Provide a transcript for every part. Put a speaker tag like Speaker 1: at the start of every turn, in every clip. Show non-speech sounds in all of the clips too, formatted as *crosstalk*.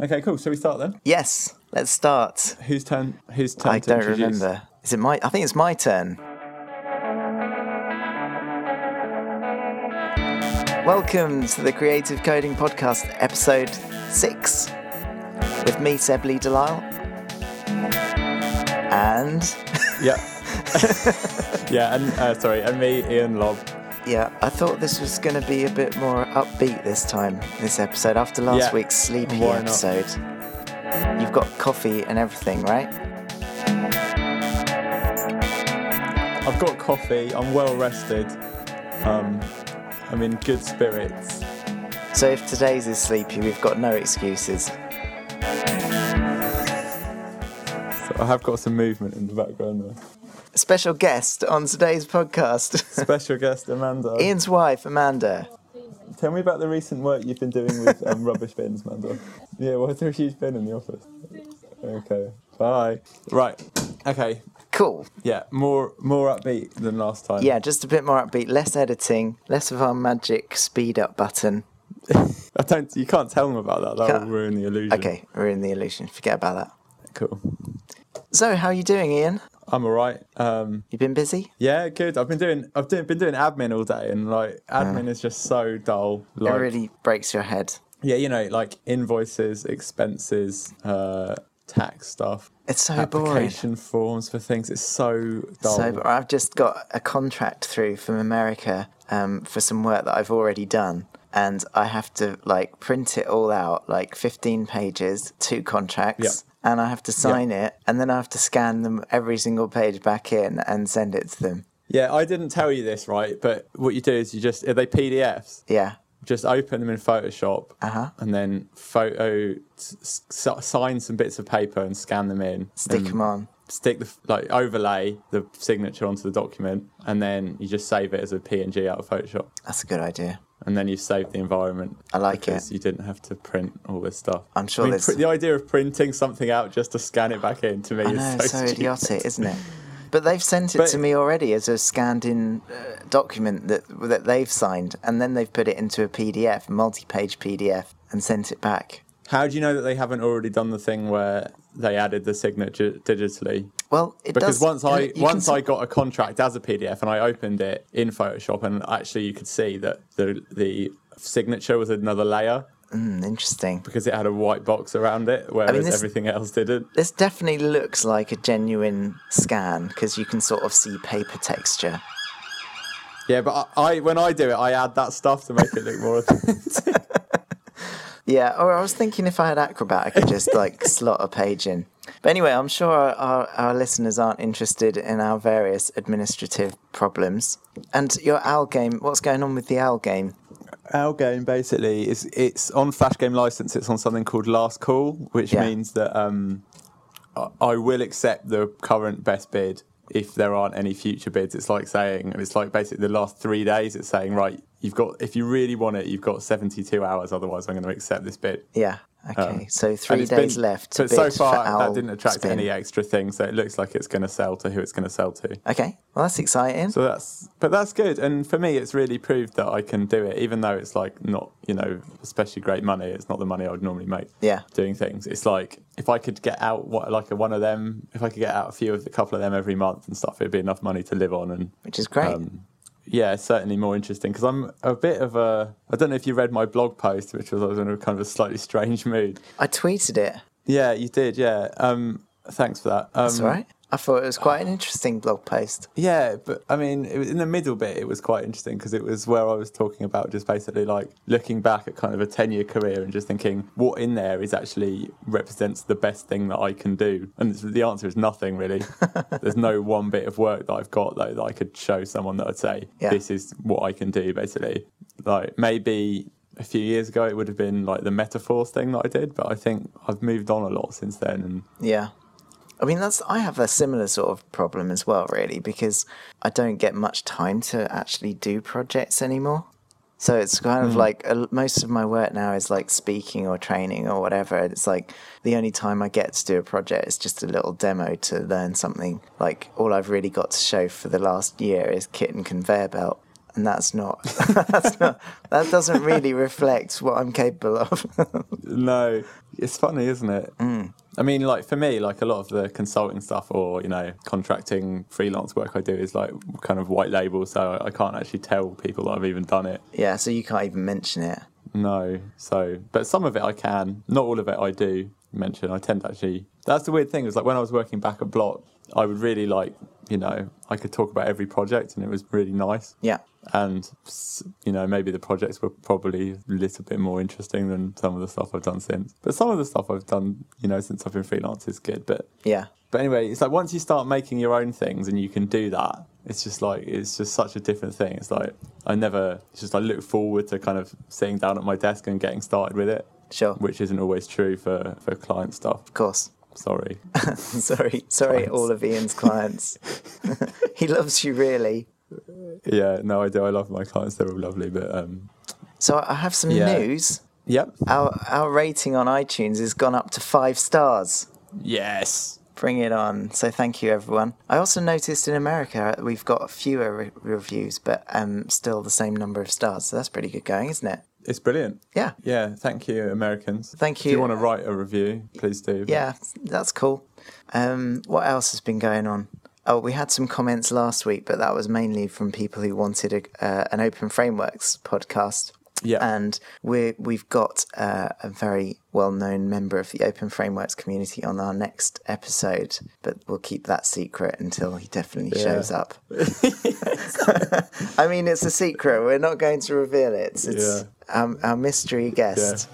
Speaker 1: Okay, cool. So we start then.
Speaker 2: Yes, let's start.
Speaker 1: Whose turn? Whose turn?
Speaker 2: I
Speaker 1: to
Speaker 2: don't
Speaker 1: introduce?
Speaker 2: remember. Is it my? I think it's my turn. Welcome to the Creative Coding Podcast, episode six, with me, Seb Lee Delisle, and
Speaker 1: Yeah. *laughs* yeah, and uh, sorry, and me, Ian Lobb.
Speaker 2: yeah, I thought this was going to be a bit more upbeat this time. This episode after last
Speaker 1: Yeah,
Speaker 2: week's sleepy
Speaker 1: why not?
Speaker 2: episode, you've got coffee and everything, right?
Speaker 1: I've got coffee. I'm well rested. Um, I'm in good spirits.
Speaker 2: So if today's is sleepy, we've got no excuses.
Speaker 1: So I have got some movement in the background. There.
Speaker 2: Special guest on today's podcast, *laughs*
Speaker 1: Special guest Amanda.
Speaker 2: Ian's wife Amanda.
Speaker 1: Tell me about the recent work you've been doing with um, rubbish bins, Mandor. Yeah, why is there a huge bin in the office? Okay, bye. Right. Okay.
Speaker 2: Cool.
Speaker 1: Yeah, more more upbeat than last time.
Speaker 2: Yeah, just a bit more upbeat, less editing, less of our magic speed up button.
Speaker 1: I don't. You can't tell them about that. That
Speaker 2: Can't-
Speaker 1: will ruin the illusion.
Speaker 2: Okay, we're in the illusion. Forget about that.
Speaker 1: Cool.
Speaker 2: So, how are you doing, Ian?
Speaker 1: I'm alright. Um,
Speaker 2: You been busy?
Speaker 1: yeah, good. I've been doing. I've doing, been doing admin all day, and like admin is just so dull.
Speaker 2: It
Speaker 1: Like,
Speaker 2: really breaks your head.
Speaker 1: yeah, you know, like invoices, expenses, uh, tax stuff,
Speaker 2: It's so boring.
Speaker 1: application forms for things. It's so dull.
Speaker 2: So but I've just got a contract through from America um, for some work that I've already done, and I have to like print it all out, like fifteen pages, two contracts, and I have to sign it, and then I have to scan them every single page back in and send it to them.
Speaker 1: Yeah, I didn't tell you this, right? But what you do is you just are they PDFs?
Speaker 2: Yeah,
Speaker 1: Just open them in Photoshop
Speaker 2: Uh-huh.
Speaker 1: and then photo s- s- sign some bits of paper and scan them in.
Speaker 2: stick
Speaker 1: and
Speaker 2: them on.
Speaker 1: stick the f- like overlay the signature onto the document and then you just save it as a PNG out of Photoshop
Speaker 2: That's a good idea.
Speaker 1: and then you've saved the environment.
Speaker 2: I like
Speaker 1: because You didn't have to print all this stuff.
Speaker 2: I'm sure
Speaker 1: I mean,
Speaker 2: there's-
Speaker 1: pr- the idea of printing something out just to scan it back in to me
Speaker 2: I
Speaker 1: is
Speaker 2: know,
Speaker 1: so,
Speaker 2: it's so
Speaker 1: stupid.
Speaker 2: idiotic, isn't
Speaker 1: *laughs*
Speaker 2: it? But they've sent it
Speaker 1: But-
Speaker 2: to me already as a scanned-in uh, document that that they've signed, and then they've put it into a PDF, multi-page PDF, and sent it back.
Speaker 1: How do you know that they haven't already done the thing where they added the signature digitally?
Speaker 2: Well, it
Speaker 1: Because
Speaker 2: does.
Speaker 1: once
Speaker 2: you
Speaker 1: I
Speaker 2: can
Speaker 1: once
Speaker 2: see-
Speaker 1: I got a contract as a PDF and I opened it in Photoshop and actually you could see that the the signature was another layer
Speaker 2: Hmm, interesting.
Speaker 1: because it had a white box around it, whereas
Speaker 2: this-
Speaker 1: everything else didn't.
Speaker 2: This definitely looks like a genuine scan because you can sort of see paper texture.
Speaker 1: Yeah, but I, I when I do it, I add that stuff to make it look *laughs* more.
Speaker 2: Yeah, or I was thinking if I had Acrobat, I
Speaker 1: *laughs*
Speaker 2: could just like slot a page in. But anyway, I'm sure our, our, our listeners aren't interested in our various administrative problems. And your owl game, what's going on with the owl game?
Speaker 1: Our game basically is it's on Flash Game License. It's on something called Last Call, which
Speaker 2: Yeah.
Speaker 1: means that um, I- I will accept the current best bid if there aren't any future bids. It's like saying, and it's like basically the last three days. It's saying, right, you've got if you really want it, you've got seventy-two hours. Otherwise, I'm going to accept this bid.
Speaker 2: Yeah, okay. so
Speaker 1: Um, And
Speaker 2: three
Speaker 1: it's been-
Speaker 2: days left. to
Speaker 1: But so
Speaker 2: bid for
Speaker 1: far,
Speaker 2: owl
Speaker 1: that didn't attract
Speaker 2: spin.
Speaker 1: any extra things. So it looks like it's going to sell to who it's going to sell to.
Speaker 2: Okay, well, that's exciting.
Speaker 1: So that's but that's good, and for me, it's really proved that I can do it, even though it's like not you know especially great money. It's not the money I would normally make.
Speaker 2: Yeah.
Speaker 1: doing things. It's like if I could get out what like a, one of them, if I could get out a few of a couple of them every month and stuff, it'd be enough money to live on. And
Speaker 2: Which is great.
Speaker 1: um, yeah, it's certainly more interesting because I'm a bit of a I don't know if you read my blog post, which was I was in a kind of a slightly strange mood.
Speaker 2: I tweeted it.
Speaker 1: Yeah, you did. Yeah, um, thanks for that. Um,
Speaker 2: That's all right. I thought it was quite an interesting blog post.
Speaker 1: Yeah, but I mean, it was in the middle bit, it was quite interesting because it was where I was talking about just basically like looking back at kind of a 10 year career and just thinking what in there is actually represents the best thing that I can do. And it's, the answer is nothing
Speaker 2: *laughs*
Speaker 1: really. There's no one bit of work that I've got though that I could show someone that I'd say,
Speaker 2: Yeah.
Speaker 1: this is what I can do basically. Like maybe a few years ago, it would have been like the metaphors thing that I did, but I think I've moved on a lot since then. And
Speaker 2: Yeah. I mean, that's I have a similar sort of problem as well, really, because I don't get much time to actually do projects anymore. So it's kind of like a, most of my work now is like speaking or training or whatever. and It's like the only time I get to do a project is just a little demo to learn something. Like all I've really got to show for the last year is kit and conveyor belt. and that's not *laughs* that's not that doesn't really reflect what I'm capable of. *laughs*
Speaker 1: No, it's funny, isn't it? I mean, like for me, like a lot of the consulting stuff or you know contracting freelance work I do is like kind of white label, so I can't actually tell people that I've even done it.
Speaker 2: yeah, so you can't even mention it.
Speaker 1: No, so but some of it I can, not all of it I do mention. I tend to actually. That's the weird thing is like when I was working back at Block, I would really like you know I could talk about every project and it was really nice.
Speaker 2: Yeah.
Speaker 1: And s- you know maybe the projects were probably a little bit more interesting than some of the stuff I've done since. But some of the stuff I've done you know since I've been freelance is good. But
Speaker 2: Yeah.
Speaker 1: but anyway, it's like once you start making your own things and you can do that, it's just like it's just such a different thing. It's like I never it's just I look forward to kind of sitting down at my desk and getting started with it,
Speaker 2: Sure. Of
Speaker 1: which isn't always true for for client stuff.
Speaker 2: course. *laughs*
Speaker 1: Sorry. *laughs*
Speaker 2: sorry. Sorry
Speaker 1: Clients.
Speaker 2: all of Ian's clients. *laughs* he loves you really.
Speaker 1: yeah, no, I do. I love my clients. They're all lovely, but um,
Speaker 2: So I have some
Speaker 1: Yeah.
Speaker 2: news.
Speaker 1: yep.
Speaker 2: Our our rating on iTunes has gone up to 5 stars.
Speaker 1: Yes.
Speaker 2: Bring it on. So thank you, everyone. I also noticed in America we've got fewer re- reviews, but um, still the same number of stars. So that's pretty good going, isn't it?
Speaker 1: It's brilliant.
Speaker 2: Yeah.
Speaker 1: Yeah, thank you, Americans.
Speaker 2: Thank
Speaker 1: If
Speaker 2: you.
Speaker 1: you want to write a review, please do.
Speaker 2: Yeah, that's cool. Um, what else has been going on? Oh, we had some comments last week, but that was mainly from people who wanted a, uh, an Open Frameworks podcast.
Speaker 1: Yeah.
Speaker 2: And we're, we've got uh, a very well known member of the Open Frameworks community on our next episode, but we'll keep that secret until he definitely shows
Speaker 1: *laughs*
Speaker 2: up. I mean, it's a secret. We're not going to reveal it. It's
Speaker 1: Yeah.
Speaker 2: um, our mystery
Speaker 1: Yeah.
Speaker 2: guest.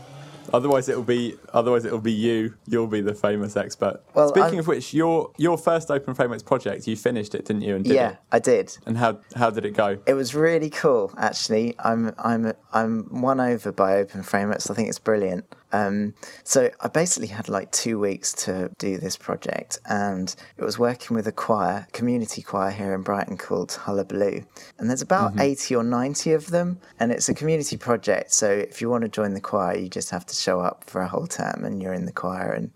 Speaker 1: Otherwise, it'll be otherwise it'll be you. You'll be the famous expert.
Speaker 2: Well,
Speaker 1: Speaking
Speaker 2: I'm-
Speaker 1: of which, your your first Open Frameworks project, you finished it, didn't you? And did
Speaker 2: yeah
Speaker 1: it?
Speaker 2: I did.
Speaker 1: And how how did it go?
Speaker 2: It was really cool, actually. I'm I'm I'm won over by Open Frameworks. I think it's brilliant. Um, so I basically had like two weeks to do this project, and it was working with a choir, community choir here in Brighton called Hullabaloo, and there's about eighty or ninety of them, and it's a community project. So if you want to join the choir, you just have to show up for a whole term, and you're in the choir, and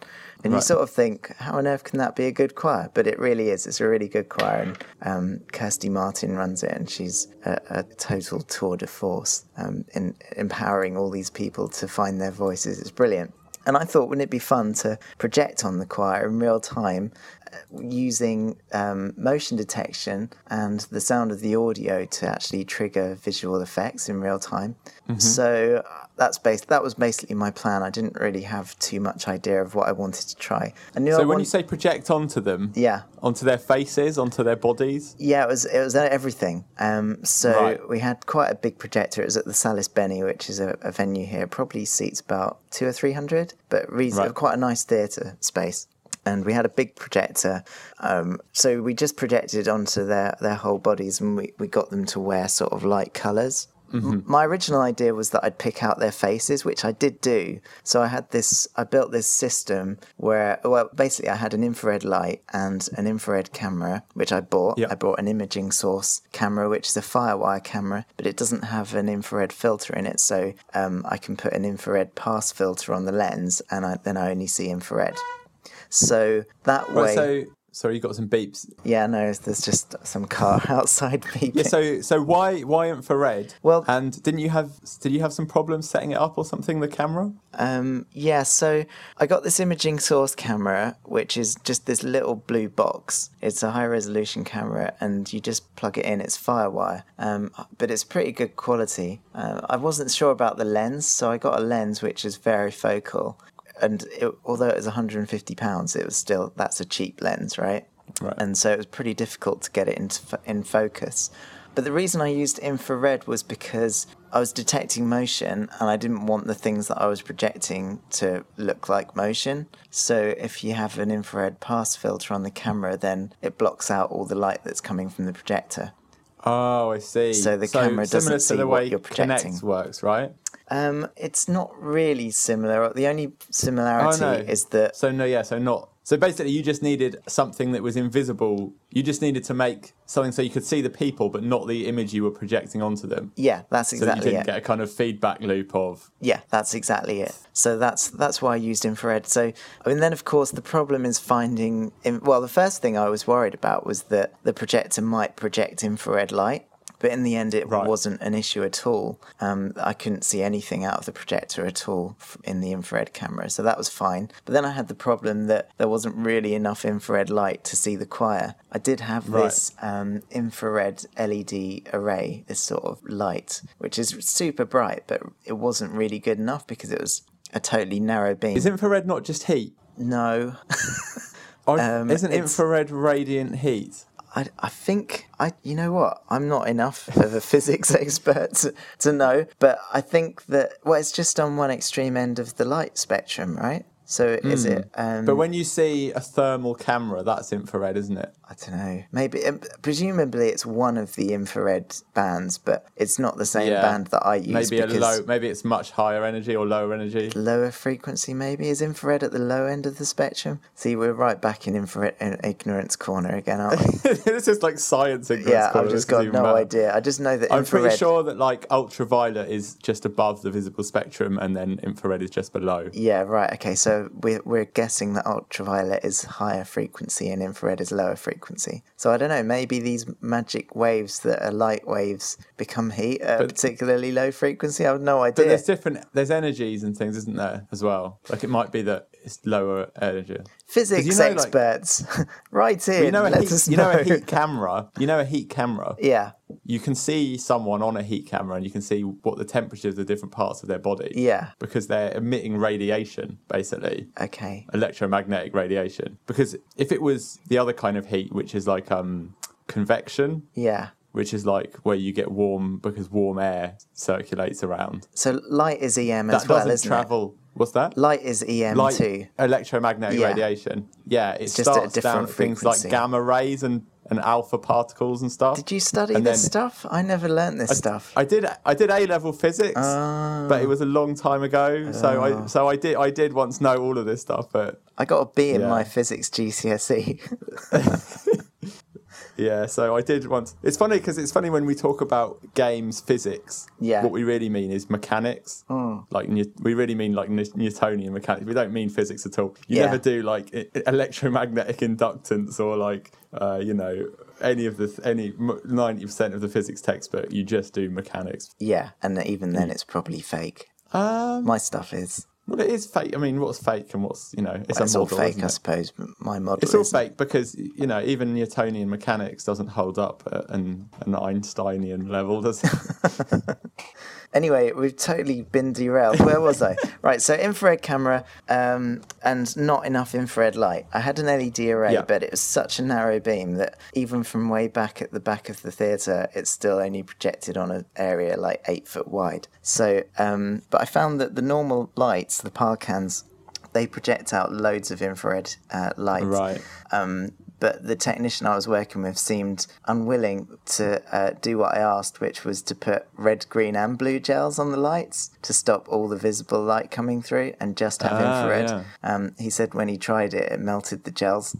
Speaker 2: and you
Speaker 1: Right.
Speaker 2: sort of think, how on earth can that be a good choir? But it really is. It's a really good choir. And um, Kirsty Martin runs it, and she's a, a total tour de force um, in empowering all these people to find their voices. It's brilliant. And I thought, wouldn't it be fun to project on the choir in real time uh, using um, motion detection and the sound of the audio to actually trigger visual effects in real time?
Speaker 1: Mm-hmm.
Speaker 2: So uh, that's bas that was basically my plan. I didn't really have too much idea of what I wanted to try. I knew I
Speaker 1: So when
Speaker 2: wanted
Speaker 1: you say project onto them,
Speaker 2: yeah.
Speaker 1: onto their faces, onto their bodies.
Speaker 2: Yeah, it was it was uh, everything. Um, so
Speaker 1: Right.
Speaker 2: we had quite a big projector. It was at the Salis Benny, which is a, a venue here. Probably seats about two or three hundred, but re-
Speaker 1: Right.
Speaker 2: quite a nice theatre space. And we had a big projector, um, so we just projected onto their their whole bodies, and we, we got them to wear sort of light colors
Speaker 1: Mm-hmm.
Speaker 2: M- My original idea was that I'd pick out their faces, which I did do. So I had this, I built this system where, well, basically I had an infrared light and an infrared camera, which I bought.
Speaker 1: Yeah.
Speaker 2: I bought an imaging source camera, which is a Firewire camera, but it doesn't have an infrared filter in it. So um, I can put an infrared pass filter on the lens and I, then I only see infrared. So that way,
Speaker 1: Right, so sorry, you got some beeps.
Speaker 2: yeah, no, there's just some car *laughs* outside beeping.
Speaker 1: Yeah.
Speaker 2: *laughs*
Speaker 1: So so why why infrared?
Speaker 2: Well-
Speaker 1: and didn't you have did you have some problems setting it up or something? The camera.
Speaker 2: Um, yeah, so I got this imaging source camera, which is just this little blue box. It's a high resolution camera, and you just plug it in. It's Firewire, um, but it's pretty good quality. Uh, I wasn't sure about the lens, so I got a lens which is varifocal. And it, although it was 150 pounds, it was still that's a cheap lens, right?
Speaker 1: Right.
Speaker 2: And so it was pretty difficult to get it into fo- in focus. But the reason I used infrared was because I was detecting motion and I didn't want the things that I was projecting to look like motion. So if you have an infrared pass filter on the camera, then it blocks out all the light that's coming from the projector.
Speaker 1: Oh, I see.
Speaker 2: So the camera doesn't
Speaker 1: similar
Speaker 2: see
Speaker 1: to the
Speaker 2: what
Speaker 1: way
Speaker 2: you're
Speaker 1: Connect
Speaker 2: projecting.
Speaker 1: works, right?
Speaker 2: Um, it's not really similar. The only
Speaker 1: Oh,
Speaker 2: similarity
Speaker 1: no.
Speaker 2: is that
Speaker 1: So no, yeah. So not. So basically, you just needed something that was invisible. You just needed to make something so you could see the people, but not the image you were projecting onto them.
Speaker 2: yeah, that's
Speaker 1: So that you
Speaker 2: exactly
Speaker 1: didn't
Speaker 2: it.
Speaker 1: get a kind of feedback loop of.
Speaker 2: Yeah, that's exactly it. So that's that's why I used infrared. So I mean, then of course the problem is finding. In, well, the first thing I was worried about was that the projector might project infrared light, But in the end, it
Speaker 1: Right.
Speaker 2: wasn't an issue at all. Um, I couldn't see anything out of the projector at all f- in the infrared camera, so that was fine. But then I had the problem that there wasn't really enough infrared light to see the choir. I did have
Speaker 1: Right.
Speaker 2: this um, infrared LED array, this sort of light, which is super bright, but it wasn't really good enough because it was a totally narrow beam.
Speaker 1: Is infrared not just heat?
Speaker 2: no,
Speaker 1: I- Isn't
Speaker 2: Um, it's-
Speaker 1: infrared radiant heat?
Speaker 2: I, I think I you know what I'm not enough of a *laughs* physics expert to, to know, but I think that well it's just on one extreme end of the light spectrum, right? So is it? Um,
Speaker 1: Hmm. But when you see a thermal camera, that's infrared, isn't it?
Speaker 2: I don't know. Maybe um, presumably it's one of the infrared bands, but it's not the same band that I use.
Speaker 1: Maybe a
Speaker 2: because
Speaker 1: low. Maybe it's much higher energy or lower energy. *laughs*
Speaker 2: Lower frequency, maybe is infrared at the low end of the spectrum. See, we're right back in infrared in ignorance corner again, aren't
Speaker 1: *laughs*
Speaker 2: we?
Speaker 1: this is like science. ignorance
Speaker 2: yeah,
Speaker 1: corner,
Speaker 2: I've
Speaker 1: this is
Speaker 2: just got
Speaker 1: even
Speaker 2: no
Speaker 1: mad.
Speaker 2: idea. I just know that
Speaker 1: I'm
Speaker 2: infrared.
Speaker 1: pretty sure that like ultraviolet is just above the visible spectrum, and then infrared is just below.
Speaker 2: Yeah, right. Okay, so we're, we're guessing that ultraviolet is higher frequency and infrared is lower frequency. So I don't know, maybe these magic waves that are light waves become heat at a particularly low frequency? I have no idea.
Speaker 1: But there's different. There's energies and things, isn't there, as well? Like it might be that it's lower energy.
Speaker 2: Physics
Speaker 1: know, like-
Speaker 2: experts, *laughs* right here.
Speaker 1: You know, a
Speaker 2: let
Speaker 1: heat,
Speaker 2: us
Speaker 1: you know
Speaker 2: know.
Speaker 1: a heat camera. You know a heat camera.
Speaker 2: yeah,
Speaker 1: you can see someone on a heat camera and you can see what the temperatures of different parts of their body.
Speaker 2: Yeah.
Speaker 1: Because they're emitting radiation, basically.
Speaker 2: okay.
Speaker 1: Electromagnetic radiation. Because if it was the other kind of heat, which is like um convection,
Speaker 2: Yeah.
Speaker 1: which is like where you get warm because warm air circulates around.
Speaker 2: So light is EM
Speaker 1: That
Speaker 2: as well,
Speaker 1: doesn't
Speaker 2: isn't it?
Speaker 1: travel what's that?
Speaker 2: Light is EM too.
Speaker 1: electromagnetic
Speaker 2: Yeah.
Speaker 1: radiation. Yeah, it
Speaker 2: just at a
Speaker 1: starts down
Speaker 2: different
Speaker 1: at things
Speaker 2: frequency.
Speaker 1: like gamma rays and, and alpha particles and stuff.
Speaker 2: Did you study
Speaker 1: And
Speaker 2: this
Speaker 1: then-
Speaker 2: stuff? I never learnt this stuff.
Speaker 1: I did. I did A level physics,
Speaker 2: Ah.
Speaker 1: but it was a long time ago. So I, so I did. I did once know all of this stuff, but
Speaker 2: I got a B in
Speaker 1: Yeah.
Speaker 2: my physics GCSE.
Speaker 1: yeah. So I did once. It's funny because it's funny when we talk about games physics.
Speaker 2: Yeah. Hmm.
Speaker 1: What we really mean is mechanics. Like New- we really mean like New- Newtonian mechanics. We don't mean physics at all. You
Speaker 2: Yeah.
Speaker 1: never do like e- electromagnetic inductance or like uh, you know any of the th- any ninety percent of the physics textbook. You just do mechanics.
Speaker 2: *laughs* Yeah, and even then, it's probably fake.
Speaker 1: Um,
Speaker 2: My stuff is.
Speaker 1: Well, it is fake. I mean, what's fake and what's you know? It's,
Speaker 2: It's
Speaker 1: a
Speaker 2: all
Speaker 1: model,
Speaker 2: fake,
Speaker 1: isn't
Speaker 2: I
Speaker 1: it?
Speaker 2: suppose. But my model
Speaker 1: It's all
Speaker 2: is.
Speaker 1: fake because you know even Newtonian mechanics doesn't hold up at an, an Einsteinian level, does it?
Speaker 2: Anyway, we've totally been derailed. Where was I? Right, so infrared camera um, and not enough infrared light. I had an LED array,
Speaker 1: Yeah.
Speaker 2: but it was such a narrow beam that even from way back at the back of the theatre, it's still only projected on an area like eight foot wide. So, um, but I found that the normal lights, the parkans, they project out loads of infrared uh, light.
Speaker 1: right.
Speaker 2: um, but the technician I was working with seemed unwilling to uh, do what I asked, which was to put red, green, and blue gels on the lights to stop all the visible light coming through and just have
Speaker 1: Ah,
Speaker 2: infrared.
Speaker 1: yeah.
Speaker 2: Um, he said when he tried it, it melted the gels.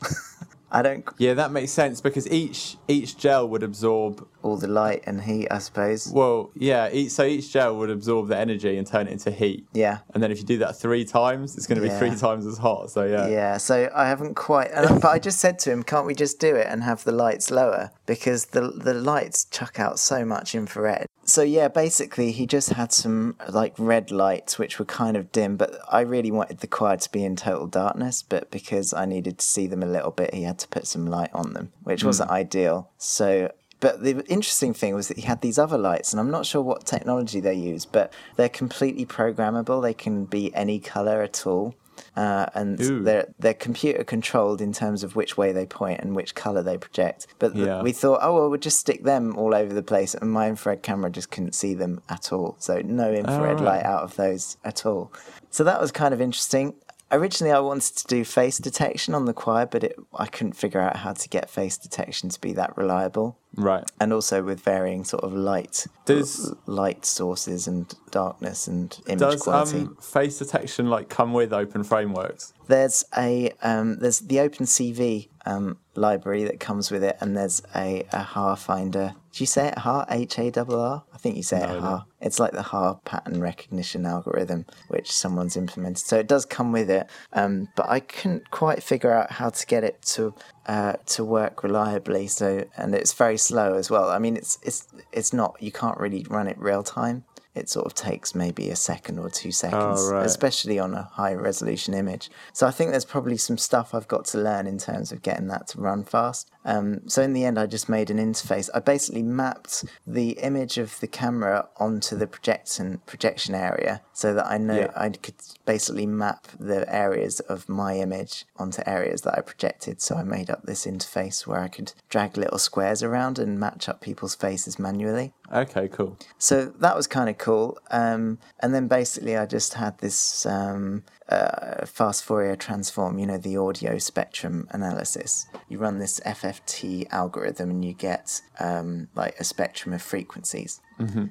Speaker 2: *laughs* I don't
Speaker 1: Yeah, that makes sense because each each gel would absorb.
Speaker 2: all the light and heat, I suppose.
Speaker 1: Well, yeah. Each, so each gel would absorb the energy and turn it into heat.
Speaker 2: Yeah.
Speaker 1: And then if you do that three times, it's going to
Speaker 2: Yeah.
Speaker 1: be three times as hot. So yeah.
Speaker 2: Yeah, so I haven't quite. and- But I just said to him, "Can't we just do it and have the lights lower because the the lights chuck out so much infrared." So yeah, basically he just had some like red lights which were kind of dim, but I really wanted the choir to be in total darkness. But because I needed to see them a little bit, he had to put some light on them, which wasn't ideal. So but the interesting thing was that he had these other lights, and I'm not sure what technology they use, but they're completely programmable. They can be any color at all, uh, and
Speaker 1: Ooh.
Speaker 2: they're they're computer controlled in terms of which way they point and which color they project. But th-
Speaker 1: Yeah.
Speaker 2: we thought, oh well, we'll just stick them all over the place, and my infrared camera just couldn't see them at all. So no infrared
Speaker 1: right.
Speaker 2: light out of those at all. So that was kind of interesting. Originally, I wanted to do face detection on the choir, but it, I couldn't figure out how to get face detection to be that reliable
Speaker 1: Right.
Speaker 2: and also with varying sort of light
Speaker 1: Does-
Speaker 2: light sources and darkness and image
Speaker 1: Does
Speaker 2: quality.
Speaker 1: um, face detection like come with open frameworks?
Speaker 2: There's a um, there's the OpenCV um, library that comes with it, and there's a, a HAR finder. Do you say it HAR? H A R R? I think you say it HAR. It's like the HAR pattern recognition algorithm, which someone's implemented. So it does come with it, um, but I couldn't quite figure out how to get it to uh, to work reliably. So and it's very slow as well. I mean, it's it's it's not you can't really run it real time. It sort of takes maybe a second or two seconds,
Speaker 1: right.
Speaker 2: especially on a high resolution image. So I think there's probably some stuff I've got to learn in terms of getting that to run fast. Um, so in the end, I just made an interface. I basically mapped the image of the camera onto the projection projection area, so that I know
Speaker 1: Yeah.
Speaker 2: I could basically map the areas of my image onto areas that I projected. So I made up this interface where I could drag little squares around and match up people's faces manually.
Speaker 1: Okay, cool.
Speaker 2: So that was kind of cool. Um, and then basically, I just had this um, uh, fast Fourier transform, you know, the audio spectrum analysis. You run this FFT algorithm and you get um, like a spectrum of frequencies.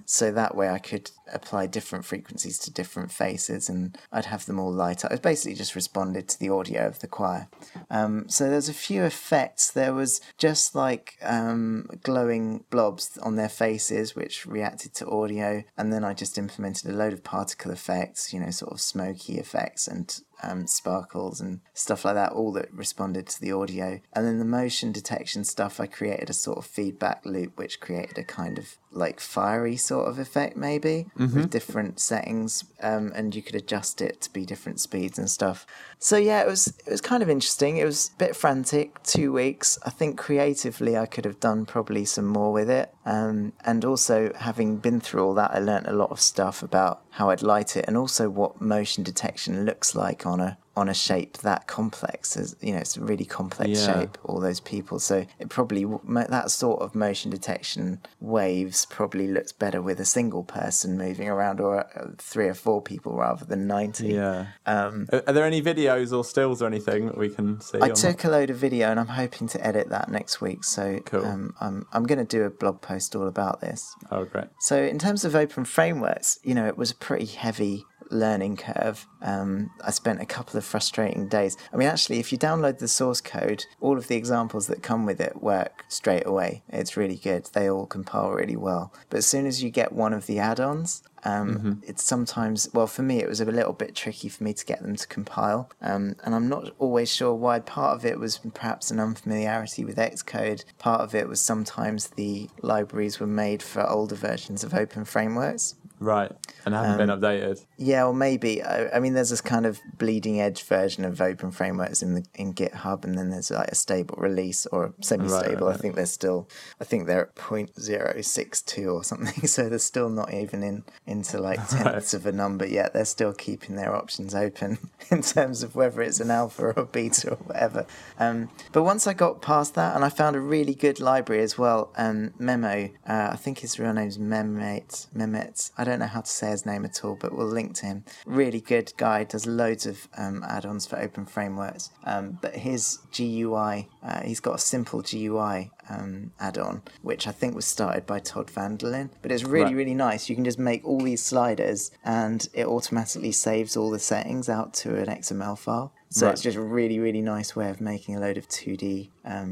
Speaker 2: So that way, I could apply different frequencies to different faces, and I'd have them all light up. I basically just responded to the audio of the choir. Um, so there's a few effects. There was just like um, glowing blobs on their faces, which reacted to audio, and then I just implemented a load of particle effects, you know, sort of smoky effects and um, sparkles and stuff like that, all that responded to the audio. And then the motion detection stuff, I created a sort of feedback loop, which created a kind of like fiery sort of effect, maybe with different settings, um, and you could adjust it to be different speeds and stuff. So yeah, it was it was kind of interesting. It was a bit frantic, two weeks. I think creatively, I could have done probably some more with it. Um, and also, having been through all that, I learnt a lot of stuff about how I'd light it, and also what motion detection looks like on a on a shape that complex. As you know, it's a really complex
Speaker 1: Yeah.
Speaker 2: shape. All those people, so it probably w- mo- that sort of motion detection waves probably looks better with a single person moving around or uh, three or four people rather than ninety.
Speaker 1: Yeah. Um, are, are there any videos or stills or anything that we can see?
Speaker 2: I
Speaker 1: on
Speaker 2: took a load of video and I'm hoping to edit that next week. So
Speaker 1: Cool.
Speaker 2: um, I'm, I'm going to do a blog post all about this.
Speaker 1: that? Oh, great.
Speaker 2: So in terms of open frameworks, you know, it was a pretty heavy learning curve. Um, I spent a couple of frustrating days. I mean, actually, if you download the source code, all of the examples that come with it work straight away. It's really good. They all compile really well. But as soon as you get one of the add-ons, um, It's sometimes, well, for me, it was a little bit tricky for me to get them to compile. Um, and I'm not always sure why. Part of it was perhaps an unfamiliarity with Xcode. Part of it was sometimes the libraries were made for older versions of open frameworks.
Speaker 1: Right. And haven't
Speaker 2: Um,
Speaker 1: been updated.
Speaker 2: Yeah, or maybe. I, I mean, there's this kind of bleeding edge version of open frameworks in the in GitHub, and then there's like a stable release or semi-stable.
Speaker 1: right, right.
Speaker 2: I think they're still. I think they're at 0.062 or something. *laughs* So they're still not even in into like tenths of a number yet. They're still keeping their options open *laughs* in terms of whether it's an alpha or beta or whatever. Um, but once I got past that, and I found a really good library as well. Um, Memo. Uh, I think his real name's Mehmet. Mehmet. I don't know how to say his name at all, but we'll link to him. Really good guy. Does loads of um, add-ons for open frameworks. Um, but his GUI, uh, he's got a simple GUI um, add-on, which I think was started by Todd Vanderlin. But it's really,
Speaker 1: Right.
Speaker 2: really nice. You can just make all these sliders, and it automatically saves all the settings out to an XML file. So
Speaker 1: Right.
Speaker 2: it's just a really, really nice way of making a load of 2D um,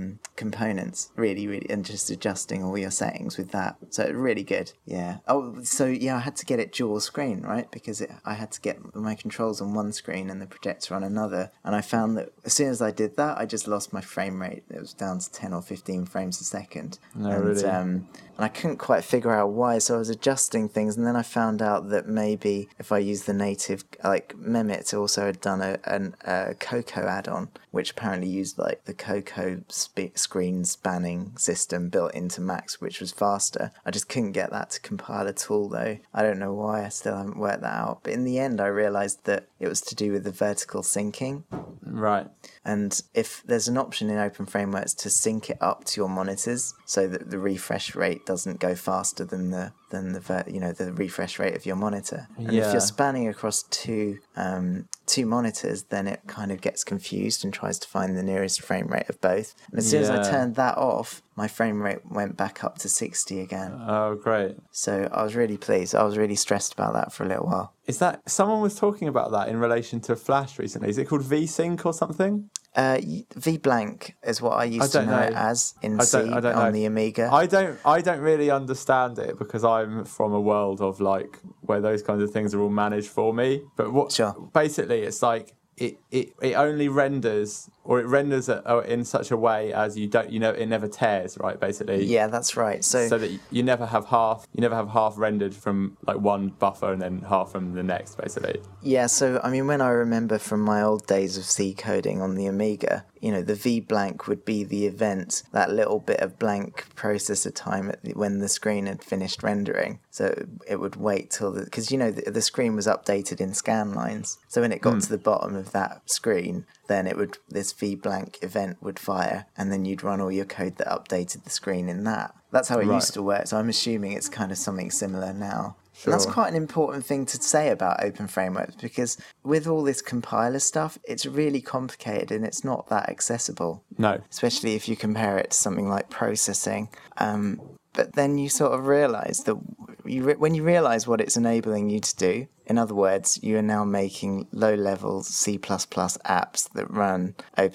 Speaker 2: components, really, really, and just adjusting all your settings with that. So really good. Yeah. Oh, so yeah, I had to get it dual screen, right? Because it, I had to get my controls on one screen and the projector on another. And I found that as soon as I did that, I just lost my frame rate. It was down to 10 or 15 frames a second. and,
Speaker 1: really?
Speaker 2: um, and I couldn't quite figure out why, so I was adjusting things, and then I found out that maybe if I use the native, like Mehmet also had done a, an, a Coco add-on, which apparently used like the Coco sp- screen spanning system built into Max, which was faster. I just couldn't get that to compile at all, though. I don't know why. I still haven't worked that out. But in the end, I realised that it was to do with the vertical syncing.
Speaker 1: Right.
Speaker 2: And if there's an option in Open Frameworks to sync it up to your monitors, so that the refresh rate doesn't go faster than the than the ver- you know the refresh rate of your monitor. And if
Speaker 1: Yeah.
Speaker 2: you're spanning across two um, two monitors, then it kind of gets confused and tries to find the nearest frame rate of both. And as soon as
Speaker 1: Yeah.
Speaker 2: I turned that off, my frame rate went back up to sixty again.
Speaker 1: Oh, great.
Speaker 2: So I was really pleased. I was really stressed about that for a little while.
Speaker 1: Is that someone was talking about that in relation to Flash recently? Is it called VSync or something?
Speaker 2: Uh, v blank is what I used to
Speaker 1: don't
Speaker 2: know, it
Speaker 1: know.
Speaker 2: as in
Speaker 1: I
Speaker 2: C
Speaker 1: don't- I don't
Speaker 2: on
Speaker 1: know.
Speaker 2: the Amiga.
Speaker 1: I don't I don't really understand it because I'm from a world of like where those kinds of things are all managed for me. But what
Speaker 2: Sure.
Speaker 1: basically it's like it, it, it only renders or it renders it uh, in such a way as you don't you know it never tears right basically
Speaker 2: Yeah, that's right. So,
Speaker 1: so that y- you never have half you never have half rendered from like one buffer and then half from the next basically
Speaker 2: yeah, so I mean, when I remember from my old days of C coding on the Amiga, you know, the V blank would be the event, that little bit of blank processor time at the, when the screen had finished rendering. So it would wait till the, because you know, the, the screen was updated in scan lines. So when it got
Speaker 1: Hmm.
Speaker 2: to the bottom of that screen, then it would, this V blank event would fire, and then you'd run all your code that updated the screen in that. That's how it
Speaker 1: Right.
Speaker 2: used to work. So I'm assuming it's kind of something similar now. And that's
Speaker 1: Sure.
Speaker 2: quite an important thing to say about open frameworks because with all this compiler stuff, it's really complicated and it's not that accessible,
Speaker 1: no
Speaker 2: especially if you compare it to something like processing. Um, but then you sort of realize that you re- when you realize what it's enabling you to do, in other words, you are now making low level C apps that run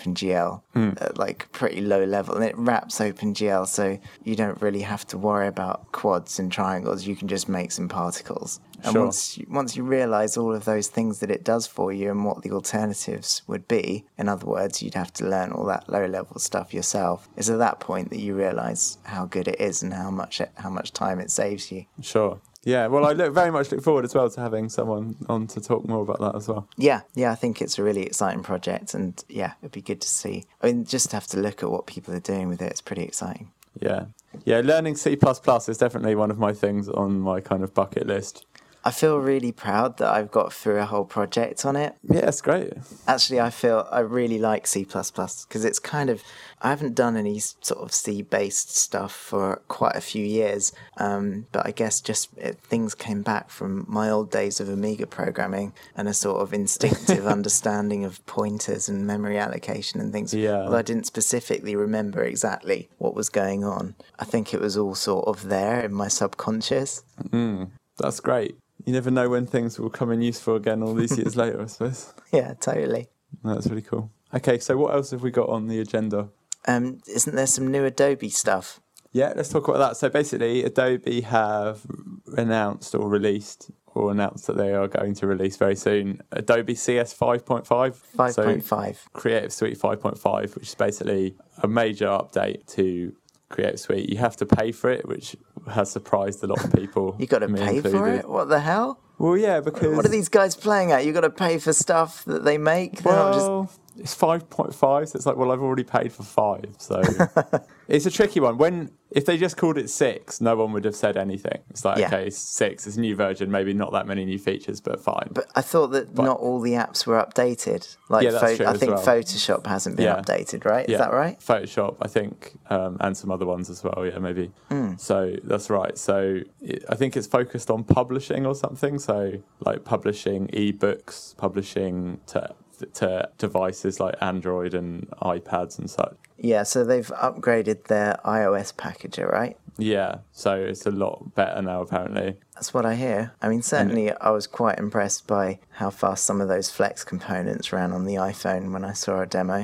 Speaker 2: OpenGL at like pretty low level and it wraps OpenGL so you don't really have to worry about quads and triangles. You can just make some particles. And
Speaker 1: Sure.
Speaker 2: once you, once you realize all of those things that it does for you and what the alternatives would be, in other words, you'd have to learn all that low level stuff yourself. It's at that point that you realize how good it is and how much it, how much time it saves you.
Speaker 1: sure yeah well i look very much look forward as well to having someone on to talk more about that as well
Speaker 2: Yeah, yeah, I think it's a really exciting project and yeah, it'd be good to see. I mean, just have to look at what people are doing with it. It's pretty exciting.
Speaker 1: yeah yeah learning c++ is definitely one of my things on my kind of bucket list
Speaker 2: I feel really proud that I've got through a whole project on it.
Speaker 1: yeah it's great
Speaker 2: Actually, I feel I really like C because it's kind of I haven't done any s- sort of C based stuff for quite a few years, um, but I guess just it, things came back from my old days of Amiga programming and a sort of instinctive understanding of pointers and memory allocation and things.
Speaker 1: Yeah.
Speaker 2: although I didn't specifically remember exactly what was going on. I think it was all sort of there in my subconscious. *laughs*
Speaker 1: that's great you never know when things will come in useful again all these years *laughs* later i suppose
Speaker 2: Yeah, totally.
Speaker 1: that's really cool okay so what else have we got on the agenda
Speaker 2: Um, isn't there some new Adobe stuff?
Speaker 1: Yeah, let's talk about that. So basically, Adobe have announced or released or announced that they are going to release very soon Adobe CS 5.5.
Speaker 2: 5.5.
Speaker 1: So Creative Suite 5.5, which is basically a major update to Creative Suite. You have to pay for it, which has surprised a lot of people.
Speaker 2: You got to
Speaker 1: me
Speaker 2: pay for
Speaker 1: included.
Speaker 2: it? What the hell?
Speaker 1: Well, yeah, because.
Speaker 2: What are these guys playing at? You got to pay for stuff that they make. They're not just-
Speaker 1: Well, it's five point five, so it's like, well, I've already paid for five,
Speaker 2: *laughs*
Speaker 1: so it's a tricky one. When if they just called it six, no one would have said anything. It's like,
Speaker 2: Yeah.
Speaker 1: okay, it's six, it's a new version, maybe not that many new features, but fine.
Speaker 2: but I thought that not all the apps were updated. Like,
Speaker 1: Yeah, that's
Speaker 2: pho-
Speaker 1: true
Speaker 2: I
Speaker 1: as
Speaker 2: think
Speaker 1: well.
Speaker 2: Photoshop hasn't been
Speaker 1: Yeah.
Speaker 2: updated, right? Is that right?
Speaker 1: Photoshop, I think, um, and some other ones as well. Yeah, maybe.
Speaker 2: Hmm.
Speaker 1: So that's right. So it, I think it's focused on publishing or something. So like publishing ebooks, publishing to to devices like Android and iPads and such.
Speaker 2: Yeah, so they've upgraded their iOS packager, right?
Speaker 1: Yeah, so it's a lot better now apparently.
Speaker 2: That's what I hear. I mean, certainly I was quite impressed by how fast some of those Flex components ran on the iPhone when I saw a demo.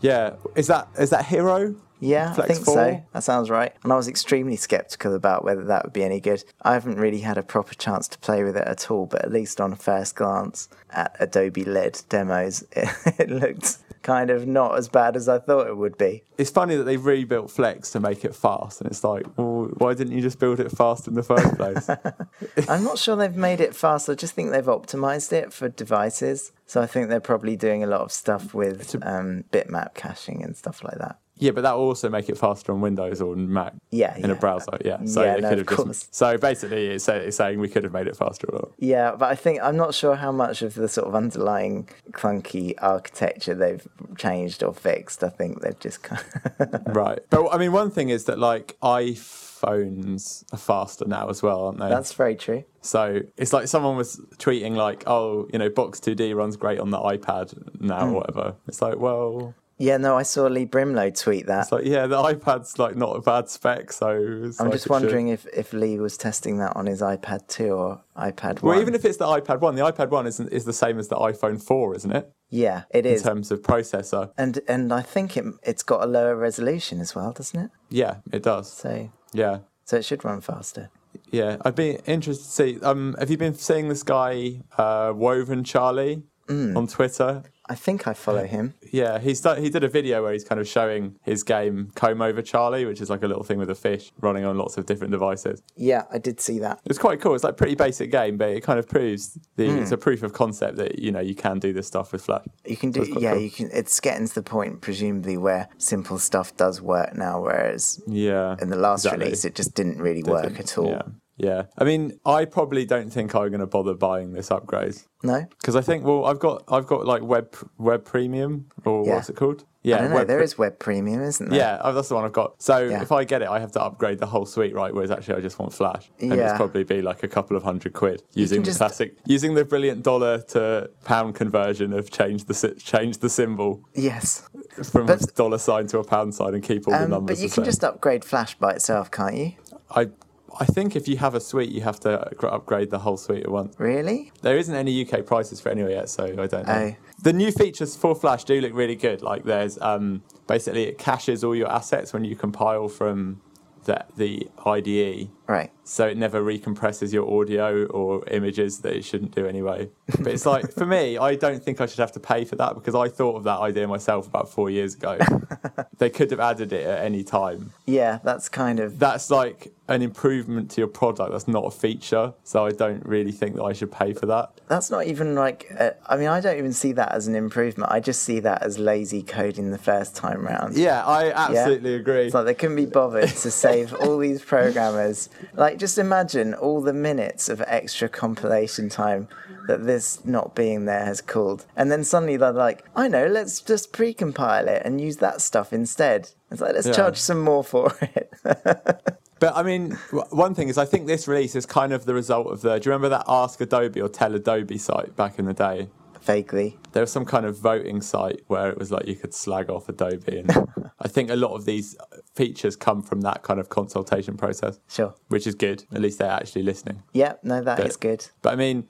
Speaker 1: Yeah, is that is that Hero?
Speaker 2: Yeah,
Speaker 1: Flex
Speaker 2: I think
Speaker 1: 4?
Speaker 2: so. That sounds right. And I was extremely skeptical about whether that would be any good. I haven't really had a proper chance to play with it at all, but at least on first glance at Adobe led demos, *laughs* it, it looked kind of not as bad as I thought it would be.
Speaker 1: It's funny that they rebuilt Flex to make it fast, and it's like, well, why didn't you just build it fast in the
Speaker 2: *laughs*
Speaker 1: first place?
Speaker 2: I'm not sure they've made it fast. I just think they've optimized it for devices. So I think they're probably doing a lot of stuff with um, bitmap caching and stuff like that.
Speaker 1: yeah, but that will also make it faster on Windows or Mac.
Speaker 2: Yeah,
Speaker 1: in a
Speaker 2: yeah.
Speaker 1: browser. Yeah, so
Speaker 2: Yeah,
Speaker 1: they
Speaker 2: no,
Speaker 1: could
Speaker 2: of
Speaker 1: have
Speaker 2: course.
Speaker 1: just. So basically, it's, say- it's saying we could have made it faster or not.
Speaker 2: Yeah, but I think I'm not sure how much of the sort of underlying clunky architecture they've changed or fixed. I think they've just *laughs* kind of
Speaker 1: Right, but I mean, one thing is that like iPhones are faster now as well, aren't they?
Speaker 2: that's very true.
Speaker 1: So it's like someone was tweeting like, "Oh, you know, Box 2D runs great on the iPad
Speaker 2: Hmm.
Speaker 1: now, or whatever." It's like, well,
Speaker 2: Yeah, no, I saw Lee Brimlow tweet that.
Speaker 1: it's like yeah, the iPad's like not a bad spec, so it's
Speaker 2: I'm
Speaker 1: like
Speaker 2: just
Speaker 1: it should-
Speaker 2: wondering if, if Lee was testing that on his iPad 2 or iPad 1.
Speaker 1: Well, even if it's the iPad one, the iPad one is is the same as the iPhone four, isn't it?
Speaker 2: yeah, it
Speaker 1: In
Speaker 2: is.
Speaker 1: terms of processor,
Speaker 2: And and I think it it's got a lower resolution as well, doesn't it?
Speaker 1: yeah, it does.
Speaker 2: So
Speaker 1: Yeah,
Speaker 2: so it should run faster.
Speaker 1: yeah. I'd be interested to
Speaker 2: Hmm.
Speaker 1: see. Um, have you been seeing this guy, uh, Woven Charlie, on Twitter?
Speaker 2: I think I follow him.
Speaker 1: Yeah, he start, he did a video where he's kind of showing his game Comb Over Charlie, which is like a little thing with a fish running on lots of different devices.
Speaker 2: Yeah, I did see that.
Speaker 1: It's quite cool. It's like a pretty basic game, but it kind of proves the it's a proof of concept that you know you can do this stuff with Flash.
Speaker 2: Hmm. You can do,
Speaker 1: That's quite
Speaker 2: yeah,
Speaker 1: cool.
Speaker 2: you can. It's getting to the point, presumably, where simple stuff does work now, whereas
Speaker 1: Yeah,
Speaker 2: in the last
Speaker 1: exactly.
Speaker 2: release, it just didn't really work at all.
Speaker 1: Yeah, yeah. I mean, I probably don't think I'm going to bother buying this upgrade
Speaker 2: No,
Speaker 1: because I think well, I've got I've got like web web premium or
Speaker 2: Yeah.
Speaker 1: what's it called? Yeah,
Speaker 2: I don't know.
Speaker 1: web
Speaker 2: There is web premium, isn't there?
Speaker 1: Yeah, oh, that's the one I've got. So
Speaker 2: Yeah.
Speaker 1: if I get it, I have to upgrade the whole suite, right? Whereas actually, I just want Flash, and it's
Speaker 2: Yeah.
Speaker 1: probably be like a couple of hundred quid using the
Speaker 2: just-
Speaker 1: classic, using the brilliant dollar to pound conversion of change the si- change the symbol
Speaker 2: Yes,
Speaker 1: from a
Speaker 2: But-
Speaker 1: dollar sign to a pound sign and keep all the
Speaker 2: um,
Speaker 1: numbers
Speaker 2: but you
Speaker 1: the same.
Speaker 2: can just upgrade Flash by itself, can't you?
Speaker 1: I I think if you have a suite, you have to gr- upgrade the whole suite at once.
Speaker 2: Really?
Speaker 1: There isn't any UK prices for anywhere yet, so I don't know.
Speaker 2: Oh.
Speaker 1: The new features for Flash do look really good. Like there's um, basically it caches all your assets when you compile from the, the IDE,
Speaker 2: Right.
Speaker 1: so it never recompresses your audio or images that it shouldn't do anyway. But it's like for me, I don't think I should have to pay for that because I thought of that idea myself about four years ago. they could have added it at any time
Speaker 2: Yeah, that's kind of
Speaker 1: that's like an improvement to your product. That's not a feature. So I don't really think that I should pay for that.
Speaker 2: that's not even like uh, I mean I don't even see that as an improvement. I just see that as lazy coding the first time round.
Speaker 1: Yeah, I
Speaker 2: Yeah?
Speaker 1: absolutely agree.
Speaker 2: It's like they couldn't be bothered to save all these programmers. Like just imagine all the minutes of extra compilation time that this not being there has called. And then suddenly they're like, I know, let's just pre-compile it and use that stuff instead. It's like let's
Speaker 1: Yeah.
Speaker 2: charge some more for it. *laughs*
Speaker 1: but I mean, w- one thing is, I think this release is kind of the result of the. Do you remember that Ask Adobe or Tell Adobe site back in the day?
Speaker 2: Vaguely.
Speaker 1: There was some kind of voting site where it was like you could slag off Adobe. And I think a lot of these features come from that kind of consultation process.
Speaker 2: Sure.
Speaker 1: Which is good. At least they're actually listening.
Speaker 2: Yeah, no, that is
Speaker 1: But-
Speaker 2: good.
Speaker 1: But I mean,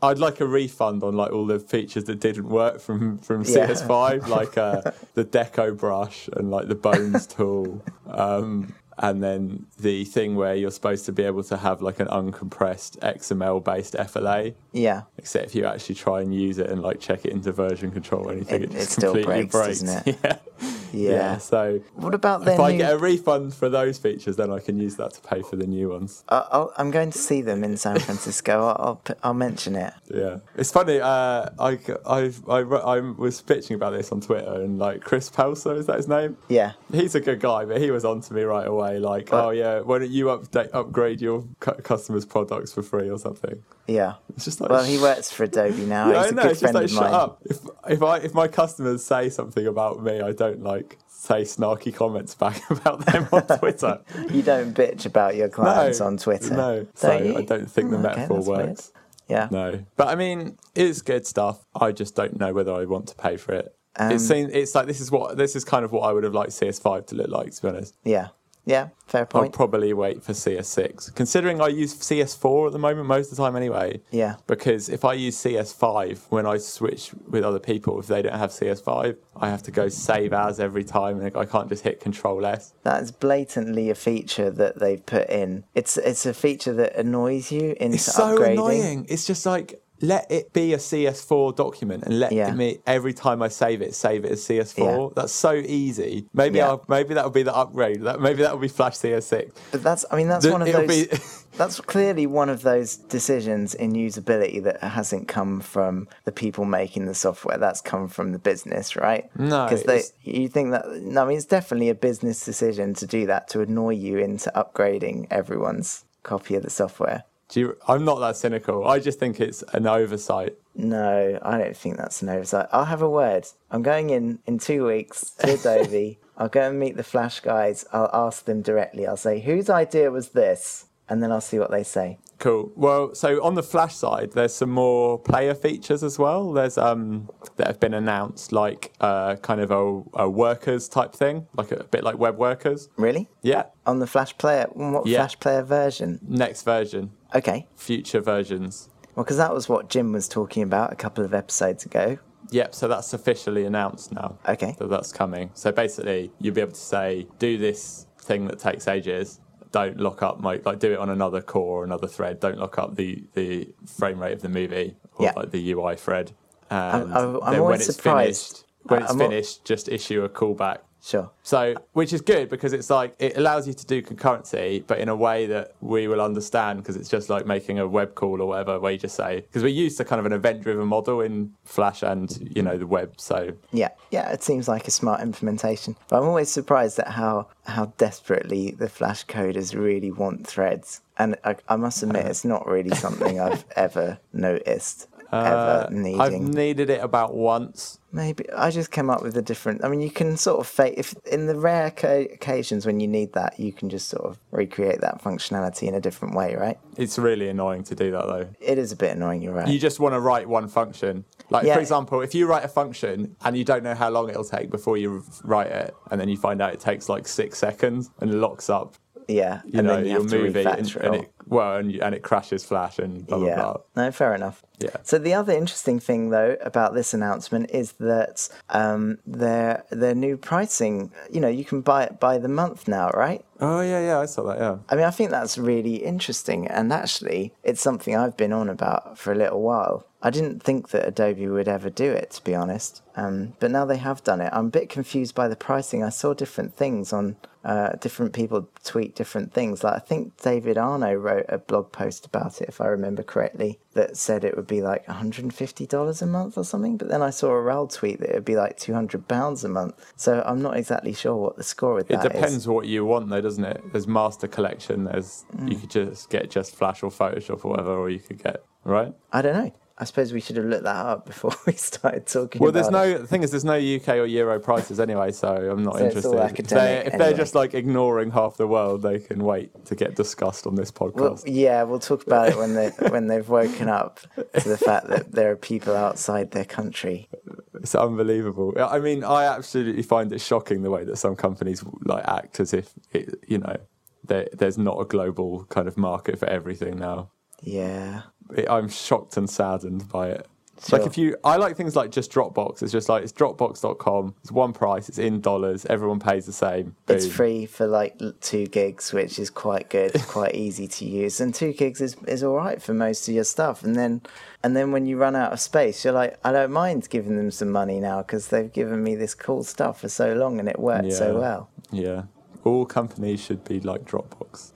Speaker 1: I'd like a refund on like all the features that didn't work from from
Speaker 2: Yeah.
Speaker 1: CS5, like uh,
Speaker 2: *laughs*
Speaker 1: the deco brush and like the bones tool, um, and then the thing where you're supposed to be able to have like an uncompressed XML based FLA.
Speaker 2: Yeah.
Speaker 1: Except if you actually try and use it and like check it into version control or anything, it,
Speaker 2: It-
Speaker 1: just
Speaker 2: it still
Speaker 1: completely
Speaker 2: breaks, doesn't it?
Speaker 1: *laughs* Yeah.
Speaker 2: Yeah.
Speaker 1: So
Speaker 2: What about their
Speaker 1: if I
Speaker 2: new-
Speaker 1: get a refund for those features, then I can use that to pay for the new ones.
Speaker 2: I- I'll, I'm going to see them in San Francisco. I'll, I'll, p- I'll mention it.
Speaker 1: Yeah, it's funny. Uh, I, I, I, I was bitching about this on Twitter, and like Chris Pelser, is that his name?
Speaker 2: Yeah.
Speaker 1: He's a good guy, but he was on to me right away. Like,
Speaker 2: But-
Speaker 1: oh yeah, why don't you update, upgrade your cu- customers' products for free or something?
Speaker 2: Yeah.
Speaker 1: It's just like,
Speaker 2: Well, he works for Adobe now.
Speaker 1: *laughs* Yeah, I
Speaker 2: He's a
Speaker 1: know.
Speaker 2: good
Speaker 1: It's just
Speaker 2: friend
Speaker 1: like,
Speaker 2: of
Speaker 1: shut
Speaker 2: mine.
Speaker 1: up. If if I if my customers say something about me, I don't like say snarky comments back *laughs* about them
Speaker 2: *laughs*
Speaker 1: on Twitter.
Speaker 2: You don't bitch about your clients on Twitter.
Speaker 1: No,
Speaker 2: Don't
Speaker 1: so
Speaker 2: you?
Speaker 1: I don't think the
Speaker 2: Oh, okay,
Speaker 1: metaphor
Speaker 2: that's weird.
Speaker 1: works.
Speaker 2: Yeah.
Speaker 1: No, but I mean, it's good stuff. I just don't know whether I want to pay for it.
Speaker 2: Um,
Speaker 1: it seems it's like this is what this is kind of what I would have liked CS5 to look like. To be honest,
Speaker 2: Yeah. Yeah. Fair
Speaker 1: I'll
Speaker 2: point.
Speaker 1: probably wait for CS6. Considering I use CS4 at the moment most of the time anyway.
Speaker 2: Yeah.
Speaker 1: Because if I use CS5 when I switch with other people, if they don't have CS5, I have to go save as every time, and I can't just hit Control S.
Speaker 2: that is blatantly a feature that they've put in. It's it's a feature that annoys you into
Speaker 1: It's so
Speaker 2: upgrading.
Speaker 1: annoying. It's just like let it be a CS4 document and let
Speaker 2: Yeah.
Speaker 1: me every time I save it, save it as CS4.
Speaker 2: Yeah.
Speaker 1: That's so easy. Maybe
Speaker 2: Yeah.
Speaker 1: I'll, maybe that'll be the upgrade. That maybe that'll be Flash CS6.
Speaker 2: But that's I mean that's
Speaker 1: Th-
Speaker 2: one of
Speaker 1: it'll
Speaker 2: those
Speaker 1: be-
Speaker 2: *laughs* that's clearly one of those decisions in usability that hasn't come from the people making the software. That's come from the business, right?
Speaker 1: No,
Speaker 2: Because they
Speaker 1: it's-
Speaker 2: you think that no, I mean it's definitely a business decision to do that, to annoy you into upgrading everyone's copy of the software.
Speaker 1: Do you, I'm not that cynical. I just think it's an oversight.
Speaker 2: No, I don't think that's an oversight. I'll have a word. I'm going in in two weeks to Adobe. I'll go and meet the Flash guys. I'll ask them directly. I'll say, whose idea was this? And then I'll see what they say.
Speaker 1: Cool. Well, so on the Flash side, there's some more player features as well. There's um that have been announced, like uh kind of a, a workers type thing, like a, bit like web workers.
Speaker 2: Really?
Speaker 1: Yeah.
Speaker 2: On the Flash player? What
Speaker 1: Yeah.
Speaker 2: Flash player version?
Speaker 1: Next version,
Speaker 2: Okay.
Speaker 1: future versions.
Speaker 2: Well, because that was what Jim was talking about a couple of episodes ago.
Speaker 1: Yep, so that's officially announced now.
Speaker 2: Okay.
Speaker 1: That that's coming. So basically, you'll be able to say, do this thing that takes ages. Don't lock up my like do it on another core or another thread. Don't lock up the the frame rate of the movie or
Speaker 2: Yeah.
Speaker 1: like the UI thread. And
Speaker 2: I'm- I'm
Speaker 1: then when
Speaker 2: always
Speaker 1: it's
Speaker 2: surprised.
Speaker 1: finished, when
Speaker 2: I-
Speaker 1: it's
Speaker 2: I'm al-
Speaker 1: finished, just issue a callback.
Speaker 2: Sure.
Speaker 1: So, which is good because it's like it allows you to do concurrency, but in a way that we will understand because it's just like making a web call or whatever, where you just say because we're used to kind of an event-driven model in Flash and you know the web. So
Speaker 2: Yeah, yeah, it seems like a smart implementation. But I'm always surprised at how how desperately the Flash coders really want threads. And I, I must admit, it's not really
Speaker 1: *laughs*
Speaker 2: something I've ever noticed, ever needing.
Speaker 1: Uh, I've needed it about once.
Speaker 2: Maybe I just came up with a different. I mean, you can sort of fake if in the rare co- occasions when you need that, you can just sort of recreate that functionality in a different way, right?
Speaker 1: It's really annoying to do that though.
Speaker 2: It is a bit annoying, you're right.
Speaker 1: You just want to write one function. Like
Speaker 2: Yeah.
Speaker 1: for example, if you write a function and you don't know how long it'll take before you write it, and then you find out it takes like six seconds and locks up,
Speaker 2: yeah,
Speaker 1: you
Speaker 2: and
Speaker 1: know,
Speaker 2: then you
Speaker 1: your
Speaker 2: have to
Speaker 1: movie, and,
Speaker 2: refactor
Speaker 1: and
Speaker 2: all.
Speaker 1: it well, and, you- and it crashes Flash and blah blah
Speaker 2: yeah.
Speaker 1: blah.
Speaker 2: No, fair enough.
Speaker 1: Yeah.
Speaker 2: So the other interesting thing though about this announcement is that um, their their new pricing, you know, you can buy it by the month now, right?
Speaker 1: Oh yeah, yeah, I saw that. Yeah,
Speaker 2: I mean, I think that's really interesting, and actually, it's something I've been on about for a little while. I didn't think that Adobe would ever do it, to be honest, um, but now they have done it. I'm a bit confused by the pricing. I saw different things on uh, different people tweet different things. Like I think David Arno wrote a blog post about it, if I remember correctly, that said it would be like $150 a month or something. But then I saw a Raoul tweet that it would be like £200 a month. So I'm not exactly sure what the score with
Speaker 1: it
Speaker 2: that is.
Speaker 1: depends what you want though, doesn't it? There's Master Collection. There's
Speaker 2: Mm.
Speaker 1: you could just get just Flash or Photoshop or whatever, or you could get right.
Speaker 2: I don't know. I suppose we should have looked that up before *laughs* we started talking.
Speaker 1: Well, there's
Speaker 2: about
Speaker 1: no the thing is there's no UK or Euro prices anyway, so I'm not
Speaker 2: So it's all
Speaker 1: interested. If, they're,
Speaker 2: academic
Speaker 1: if they're
Speaker 2: anyway.
Speaker 1: just like ignoring half the world, they can wait to get discussed on this
Speaker 2: Well,
Speaker 1: podcast.
Speaker 2: yeah, we'll talk about it
Speaker 1: *laughs*
Speaker 2: when they when they've woken up to the fact that there are people outside their country.
Speaker 1: it's unbelievable. I mean, I absolutely find it shocking the way that some companies like act as if it, you know there, there's not a global kind of market for everything now.
Speaker 2: Yeah,
Speaker 1: it, I'm shocked and saddened by it.
Speaker 2: Sure.
Speaker 1: Like if you, I like things like just Dropbox. It's just like it's Dropbox.com. It's one price. It's in dollars. Everyone pays the same.
Speaker 2: it's
Speaker 1: Boom.
Speaker 2: free for like l- two gigs, which is quite
Speaker 1: *laughs*
Speaker 2: good, quite easy to use, and two gigs is is all right for most of your stuff. And then and then when you run out of space, you're like, I don't mind giving them some money now because they've given me this cool stuff for so long and it worked so
Speaker 1: Yeah.
Speaker 2: well.
Speaker 1: Yeah. All companies should be like
Speaker 2: *laughs*
Speaker 1: Dropbox.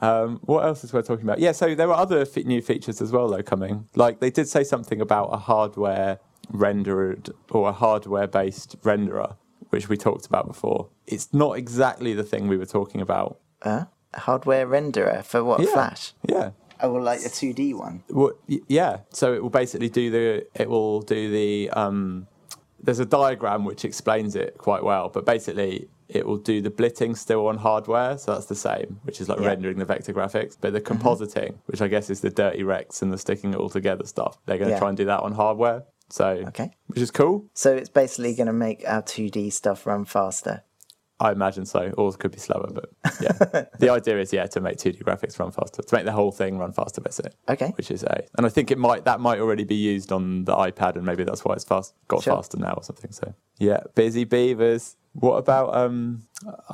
Speaker 1: um, what else is worth talking about? Yeah. So there were other fe- new features as well though coming. Like they did say something about a hardware rendered or a hardware based renderer, which we talked about before. It's not exactly the thing we were talking about.
Speaker 2: Huh? Hardware renderer for what?
Speaker 1: Yeah.
Speaker 2: Flash.
Speaker 1: Yeah.
Speaker 2: Oh, well, like a 2D one.
Speaker 1: Well, y- yeah. So it will basically do the. It will do the. Um, there's a diagram which explains it quite well, but basically it will do the blitting still on hardware, so that's the same, which is like
Speaker 2: Yeah. Mm-hmm.
Speaker 1: rendering the vector graphics. But the compositing, which I guess is the dirty Rex and the sticking it all together stuff, they're going to
Speaker 2: Yeah.
Speaker 1: try and do that on hardware. So
Speaker 2: Okay.
Speaker 1: which is cool.
Speaker 2: So it's basically going to make our 2D stuff run faster.
Speaker 1: I imagine so. Or it could be slower, but
Speaker 2: *laughs*
Speaker 1: yeah. the idea is yeah to make 2D graphics run faster, to make the whole thing run faster, basically.
Speaker 2: Okay.
Speaker 1: Which is a, and I think it might that might already be used on the iPad, and maybe that's why it's fast got
Speaker 2: Sure.
Speaker 1: faster now or something. So yeah, busy beavers. What about um,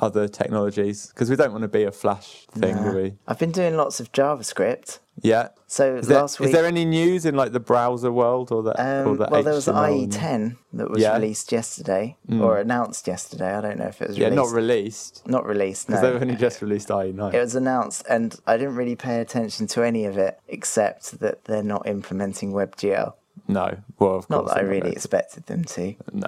Speaker 1: other technologies? Because we don't want to be a Flash thing, do we?
Speaker 2: Uh, I've been doing lots of JavaScript.
Speaker 1: Yeah.
Speaker 2: So
Speaker 1: Is there,
Speaker 2: last week,
Speaker 1: is there any news in like the browser world or the or
Speaker 2: um,
Speaker 1: the
Speaker 2: well, there was E
Speaker 1: HTML
Speaker 2: IE
Speaker 1: and-
Speaker 2: 10 that was
Speaker 1: Yeah. Mm.
Speaker 2: released yesterday or announced yesterday. I don't know if it was
Speaker 1: Yeah,
Speaker 2: released.
Speaker 1: not released
Speaker 2: Not released. No,
Speaker 1: because they've only just released IE nine.
Speaker 2: it was announced, and I didn't really pay attention to any of it except that they're not implementing WebGL.
Speaker 1: no, well of
Speaker 2: Not
Speaker 1: course
Speaker 2: that I
Speaker 1: they're
Speaker 2: really expected them to.
Speaker 1: No.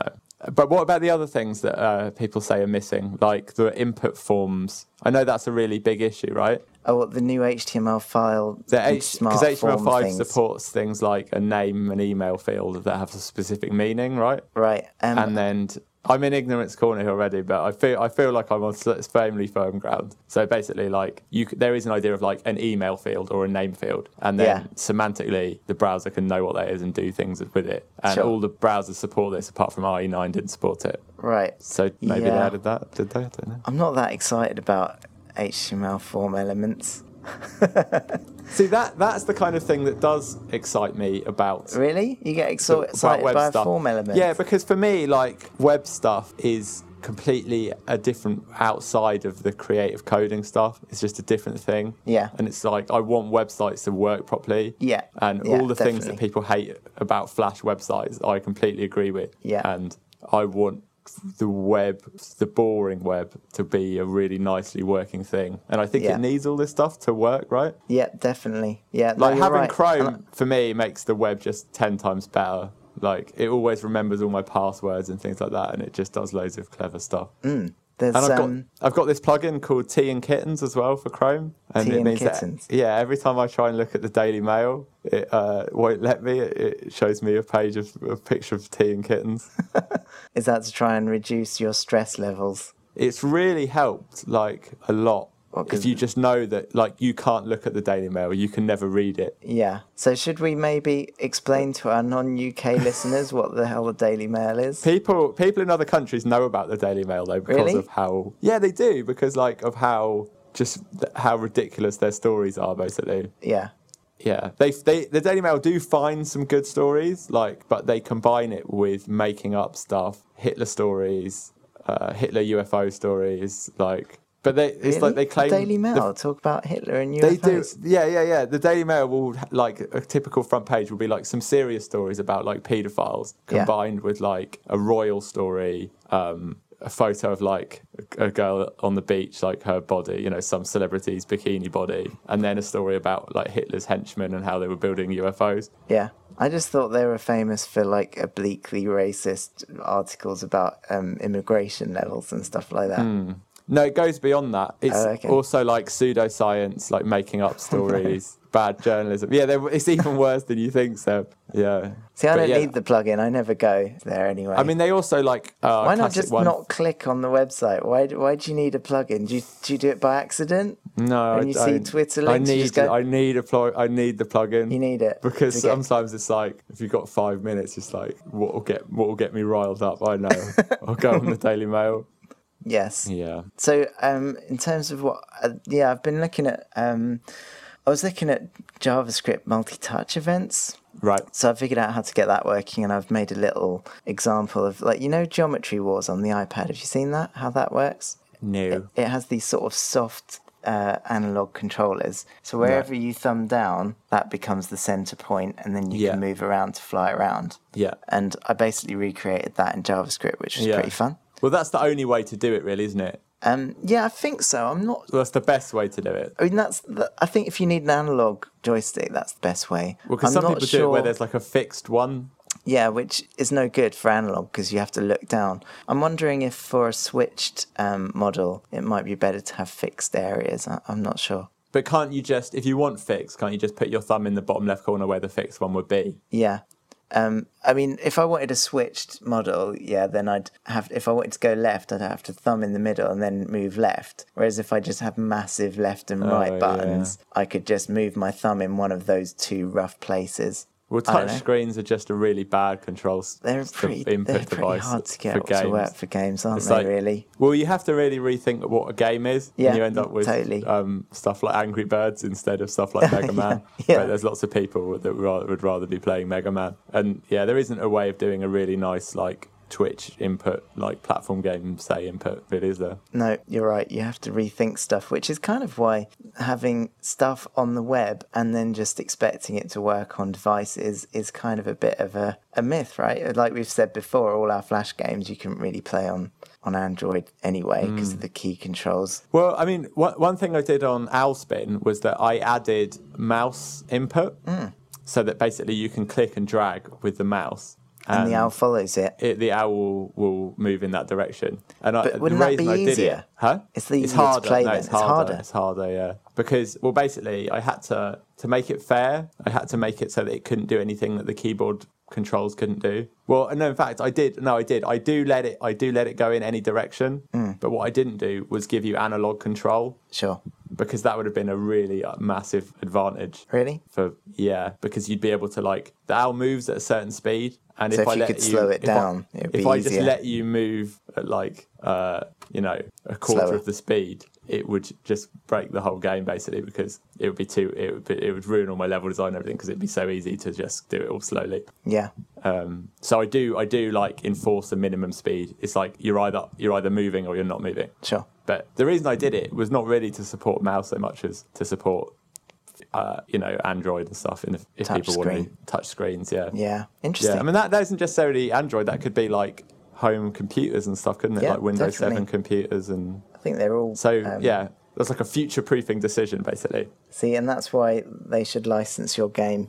Speaker 1: But what about the other things that uh, people say are missing, like the input forms? I know that's a really big issue, right?
Speaker 2: Oh, well, the new HTML file.
Speaker 1: The
Speaker 2: and
Speaker 1: H-
Speaker 2: smart
Speaker 1: Because
Speaker 2: form
Speaker 1: HTML5
Speaker 2: things.
Speaker 1: supports things like a name and email field that have a specific meaning, right?
Speaker 2: Right. Um,
Speaker 1: And then I'm in ignorance corner here already, but I feel I feel like I'm on s- firmly firm ground. So basically, like you, c- there is an idea of like an email field or a name field, and then
Speaker 2: Yeah.
Speaker 1: semantically, the browser can know what that is and do things with it. And
Speaker 2: Sure.
Speaker 1: all the browsers support this, apart from IE9 didn't support it.
Speaker 2: right.
Speaker 1: So maybe they
Speaker 2: Yeah.
Speaker 1: added that, did they? I don't know.
Speaker 2: I'm not that excited about HTML form elements.
Speaker 1: See that that's the kind of thing that does excite me about
Speaker 2: Really? You get exo-
Speaker 1: about
Speaker 2: excited
Speaker 1: web
Speaker 2: by a
Speaker 1: stuff.
Speaker 2: form element?
Speaker 1: Yeah, because for me, like web stuff is completely a different outside of the creative coding stuff. It's just a different thing.
Speaker 2: Yeah.
Speaker 1: And it's like I want websites to work properly.
Speaker 2: Yeah.
Speaker 1: And
Speaker 2: Yeah,
Speaker 1: all the things that
Speaker 2: definitely.
Speaker 1: people hate about Flash websites, I completely agree with.
Speaker 2: Yeah.
Speaker 1: And I want the web, the boring web, to be a really nicely working thing. And I think
Speaker 2: Yeah.
Speaker 1: it needs all this stuff to work, right?
Speaker 2: Yeah, definitely. Yeah, no,
Speaker 1: Like
Speaker 2: Oh, you're
Speaker 1: having
Speaker 2: right.
Speaker 1: Chrome
Speaker 2: And
Speaker 1: for me makes the web just ten times better. Like it always remembers all my passwords and things like that, and it just does loads of clever stuff.
Speaker 2: There's
Speaker 1: And I've got
Speaker 2: um,
Speaker 1: I've got this plugin called Tea and Kittens as well for Chrome. And
Speaker 2: Tea
Speaker 1: it
Speaker 2: and
Speaker 1: means that-
Speaker 2: Kittens.
Speaker 1: yeah, every time I try and look at the Daily Mail, it uh, won't let me. It, it shows me a page of a picture of tea and kittens.
Speaker 2: is that to try and reduce your stress levels?
Speaker 1: it's really helped like a lot. If
Speaker 2: 'cause-
Speaker 1: you just know that like you can't look at the Daily Mail, you can never read it.
Speaker 2: Yeah. So should we maybe explain to our
Speaker 1: *laughs*
Speaker 2: non-UK listeners what the hell the Daily Mail is?
Speaker 1: People people in other countries know about the Daily Mail though because
Speaker 2: Really?
Speaker 1: of how yeah they do because like of how just th- how ridiculous their stories are basically.
Speaker 2: Yeah.
Speaker 1: Yeah, they they the Daily Mail do find some good stories, like, but they combine it with making up stuff, Hitler stories, uh, Hitler UFO stories, like. But they it's like
Speaker 2: Really?
Speaker 1: they
Speaker 2: The
Speaker 1: claim
Speaker 2: Daily
Speaker 1: the-
Speaker 2: Mail talk about Hitler and UFOs.
Speaker 1: they do, yeah, yeah, yeah. The Daily Mail will like a typical front page will be like some serious stories about like paedophiles
Speaker 2: Yeah.
Speaker 1: combined with like a royal story, um, a photo of like a a girl on the beach, like her body, you know, some celebrity's bikini body, and then a story about like Hitler's henchmen and how they were building UFOs.
Speaker 2: Yeah. I just thought they were famous for like obliquely racist articles about um, immigration levels and stuff like
Speaker 1: Hmm.
Speaker 2: that.
Speaker 1: No, it goes beyond that. It's
Speaker 2: Oh, okay.
Speaker 1: also like pseudoscience, like making
Speaker 2: *laughs*
Speaker 1: up stories, bad journalism. Yeah, they're- it's even worse than you think, Seb. Yeah.
Speaker 2: See, I
Speaker 1: But
Speaker 2: don't
Speaker 1: yeah,
Speaker 2: need the plugin. I never go there anyway.
Speaker 1: I mean, they also like. Uh,
Speaker 2: why not
Speaker 1: classic
Speaker 2: just
Speaker 1: one-
Speaker 2: not click on the website? Why do, why do you need a plugin? Do you, do you do it by accident?
Speaker 1: No,
Speaker 2: And
Speaker 1: I
Speaker 2: you see
Speaker 1: don't.
Speaker 2: Twitter
Speaker 1: I
Speaker 2: links, you
Speaker 1: need.
Speaker 2: just go-
Speaker 1: I need a plug. I need the plugin.
Speaker 2: You need it
Speaker 1: because
Speaker 2: to get-
Speaker 1: sometimes it's like if you've got five minutes, it's like what will get what will get me riled up. I
Speaker 2: *laughs*
Speaker 1: know. I'll go on the Daily Mail.
Speaker 2: Yes.
Speaker 1: Yeah.
Speaker 2: So, um, in terms of what, uh, yeah, I've been looking at, um, I was looking at JavaScript multi-touch events.
Speaker 1: Right.
Speaker 2: So I figured out how to get that working, and I've made a little example of like you know Geometry Wars on the iPad. Have you seen that? How that works?
Speaker 1: New.
Speaker 2: It has these sort of soft uh, analog controllers. So wherever you thumb down, that becomes the center point, and then you
Speaker 1: Yeah.
Speaker 2: can move around to fly around.
Speaker 1: Yeah.
Speaker 2: And I basically recreated that in JavaScript, which was
Speaker 1: Yeah.
Speaker 2: pretty fun.
Speaker 1: Well, that's the only way to do it, really, isn't it?
Speaker 2: Um, yeah, I think so. I'm not
Speaker 1: Well, that's the best way to do it.
Speaker 2: I mean, that's. The, I think if you need an analog joystick, that's the best way.
Speaker 1: Well, because
Speaker 2: I'm
Speaker 1: some
Speaker 2: not
Speaker 1: people do it where there's like a fixed one.
Speaker 2: yeah, which is no good for analog because you have to look down. I'm wondering if for a switched um, model, it might be better to have fixed areas. I, I'm not sure.
Speaker 1: But can't you just, if you want fixed, can't you just put your thumb in the bottom left corner where the fixed one would be?
Speaker 2: Yeah. Um, I mean, if I wanted a switched model, yeah, then I'd have. If I wanted to go left, I'd have to thumb in the middle and then move left. Whereas if I just have massive left and right
Speaker 1: Oh, yeah.
Speaker 2: buttons, I could just move my thumb in one of those two rough places.
Speaker 1: Well,
Speaker 2: I don't
Speaker 1: touch
Speaker 2: know.
Speaker 1: screens are just a really bad control s-
Speaker 2: They're
Speaker 1: s-
Speaker 2: pretty,
Speaker 1: input
Speaker 2: they're pretty
Speaker 1: device
Speaker 2: hard to
Speaker 1: for
Speaker 2: get
Speaker 1: games.
Speaker 2: to work for games, aren't
Speaker 1: It's
Speaker 2: they?
Speaker 1: like-
Speaker 2: really?
Speaker 1: Well, you have to really rethink what a game is,
Speaker 2: Yeah,
Speaker 1: and you end up with
Speaker 2: totally.
Speaker 1: um, stuff like Angry Birds instead of stuff
Speaker 2: *laughs*
Speaker 1: like Mega Man.
Speaker 2: yeah.
Speaker 1: But there's lots of people that ra- would rather be playing Mega Man, and yeah, there isn't a way of doing a really nice like Twitch input, like platform game say input bit, is there?
Speaker 2: No, you're right. You have to rethink stuff, which is kind of why having stuff on the web and then just expecting it to work on devices is kind of a bit of a, a myth, right? Like we've said before, all our Flash games you couldn't really play on on Android anyway
Speaker 1: Hmm.
Speaker 2: because of the key controls.
Speaker 1: Well, I mean, one, one thing I did on Owlspin was that I added mouse input,
Speaker 2: Mm.
Speaker 1: so that basically you can click and drag with the mouse. Um,
Speaker 2: And the owl follows it.
Speaker 1: it, the owl will move in that direction. And I,
Speaker 2: But wouldn't
Speaker 1: the
Speaker 2: that
Speaker 1: reason
Speaker 2: be
Speaker 1: I did it,
Speaker 2: easier?
Speaker 1: huh?
Speaker 2: It's the easier to play
Speaker 1: no,
Speaker 2: then.
Speaker 1: it's
Speaker 2: It's
Speaker 1: harder.
Speaker 2: harder.
Speaker 1: It's harder, yeah. Because well, basically, I had to to make it fair. I had to make it so that it couldn't do anything that the keyboard controls couldn't do. Well, no, in fact, I did. No, I did. I do let it.
Speaker 2: Mm.
Speaker 1: I do let it go in any direction. But what I didn't do was give you analog control
Speaker 2: Sure.
Speaker 1: because that would have been a really uh, massive advantage
Speaker 2: Really?
Speaker 1: for yeah because you'd be able to like the owl moves at a certain speed and if,
Speaker 2: So if
Speaker 1: I
Speaker 2: you
Speaker 1: let
Speaker 2: could
Speaker 1: you
Speaker 2: slow it
Speaker 1: if I-
Speaker 2: down, it'd
Speaker 1: if
Speaker 2: be
Speaker 1: I
Speaker 2: easier.
Speaker 1: just let you move at like uh you know a quarter
Speaker 2: Slower.
Speaker 1: of the speed it would just break the whole game basically because it would be too it would be, it would ruin all my level design and everything because it'd be so easy to just do it all slowly
Speaker 2: Yeah.
Speaker 1: um so I do I do like enforce a minimum speed it's like you're either you're either moving or you're not moving
Speaker 2: Sure.
Speaker 1: but the reason I did it was not really to support mouse so much as to support, uh, you know, Android and stuff. And if, if
Speaker 2: Touch
Speaker 1: people want to
Speaker 2: screen.
Speaker 1: touch screens, yeah.
Speaker 2: Yeah. Interesting.
Speaker 1: Yeah, I mean that, that isn't necessarily Android. That could be like home computers and stuff, couldn't it?
Speaker 2: Yeah,
Speaker 1: like Windows Seven
Speaker 2: definitely.
Speaker 1: computers and
Speaker 2: I think they're all
Speaker 1: so
Speaker 2: um,
Speaker 1: yeah. That's like a future-proofing decision, basically.
Speaker 2: See, and that's why they should license your
Speaker 1: *laughs*
Speaker 2: game.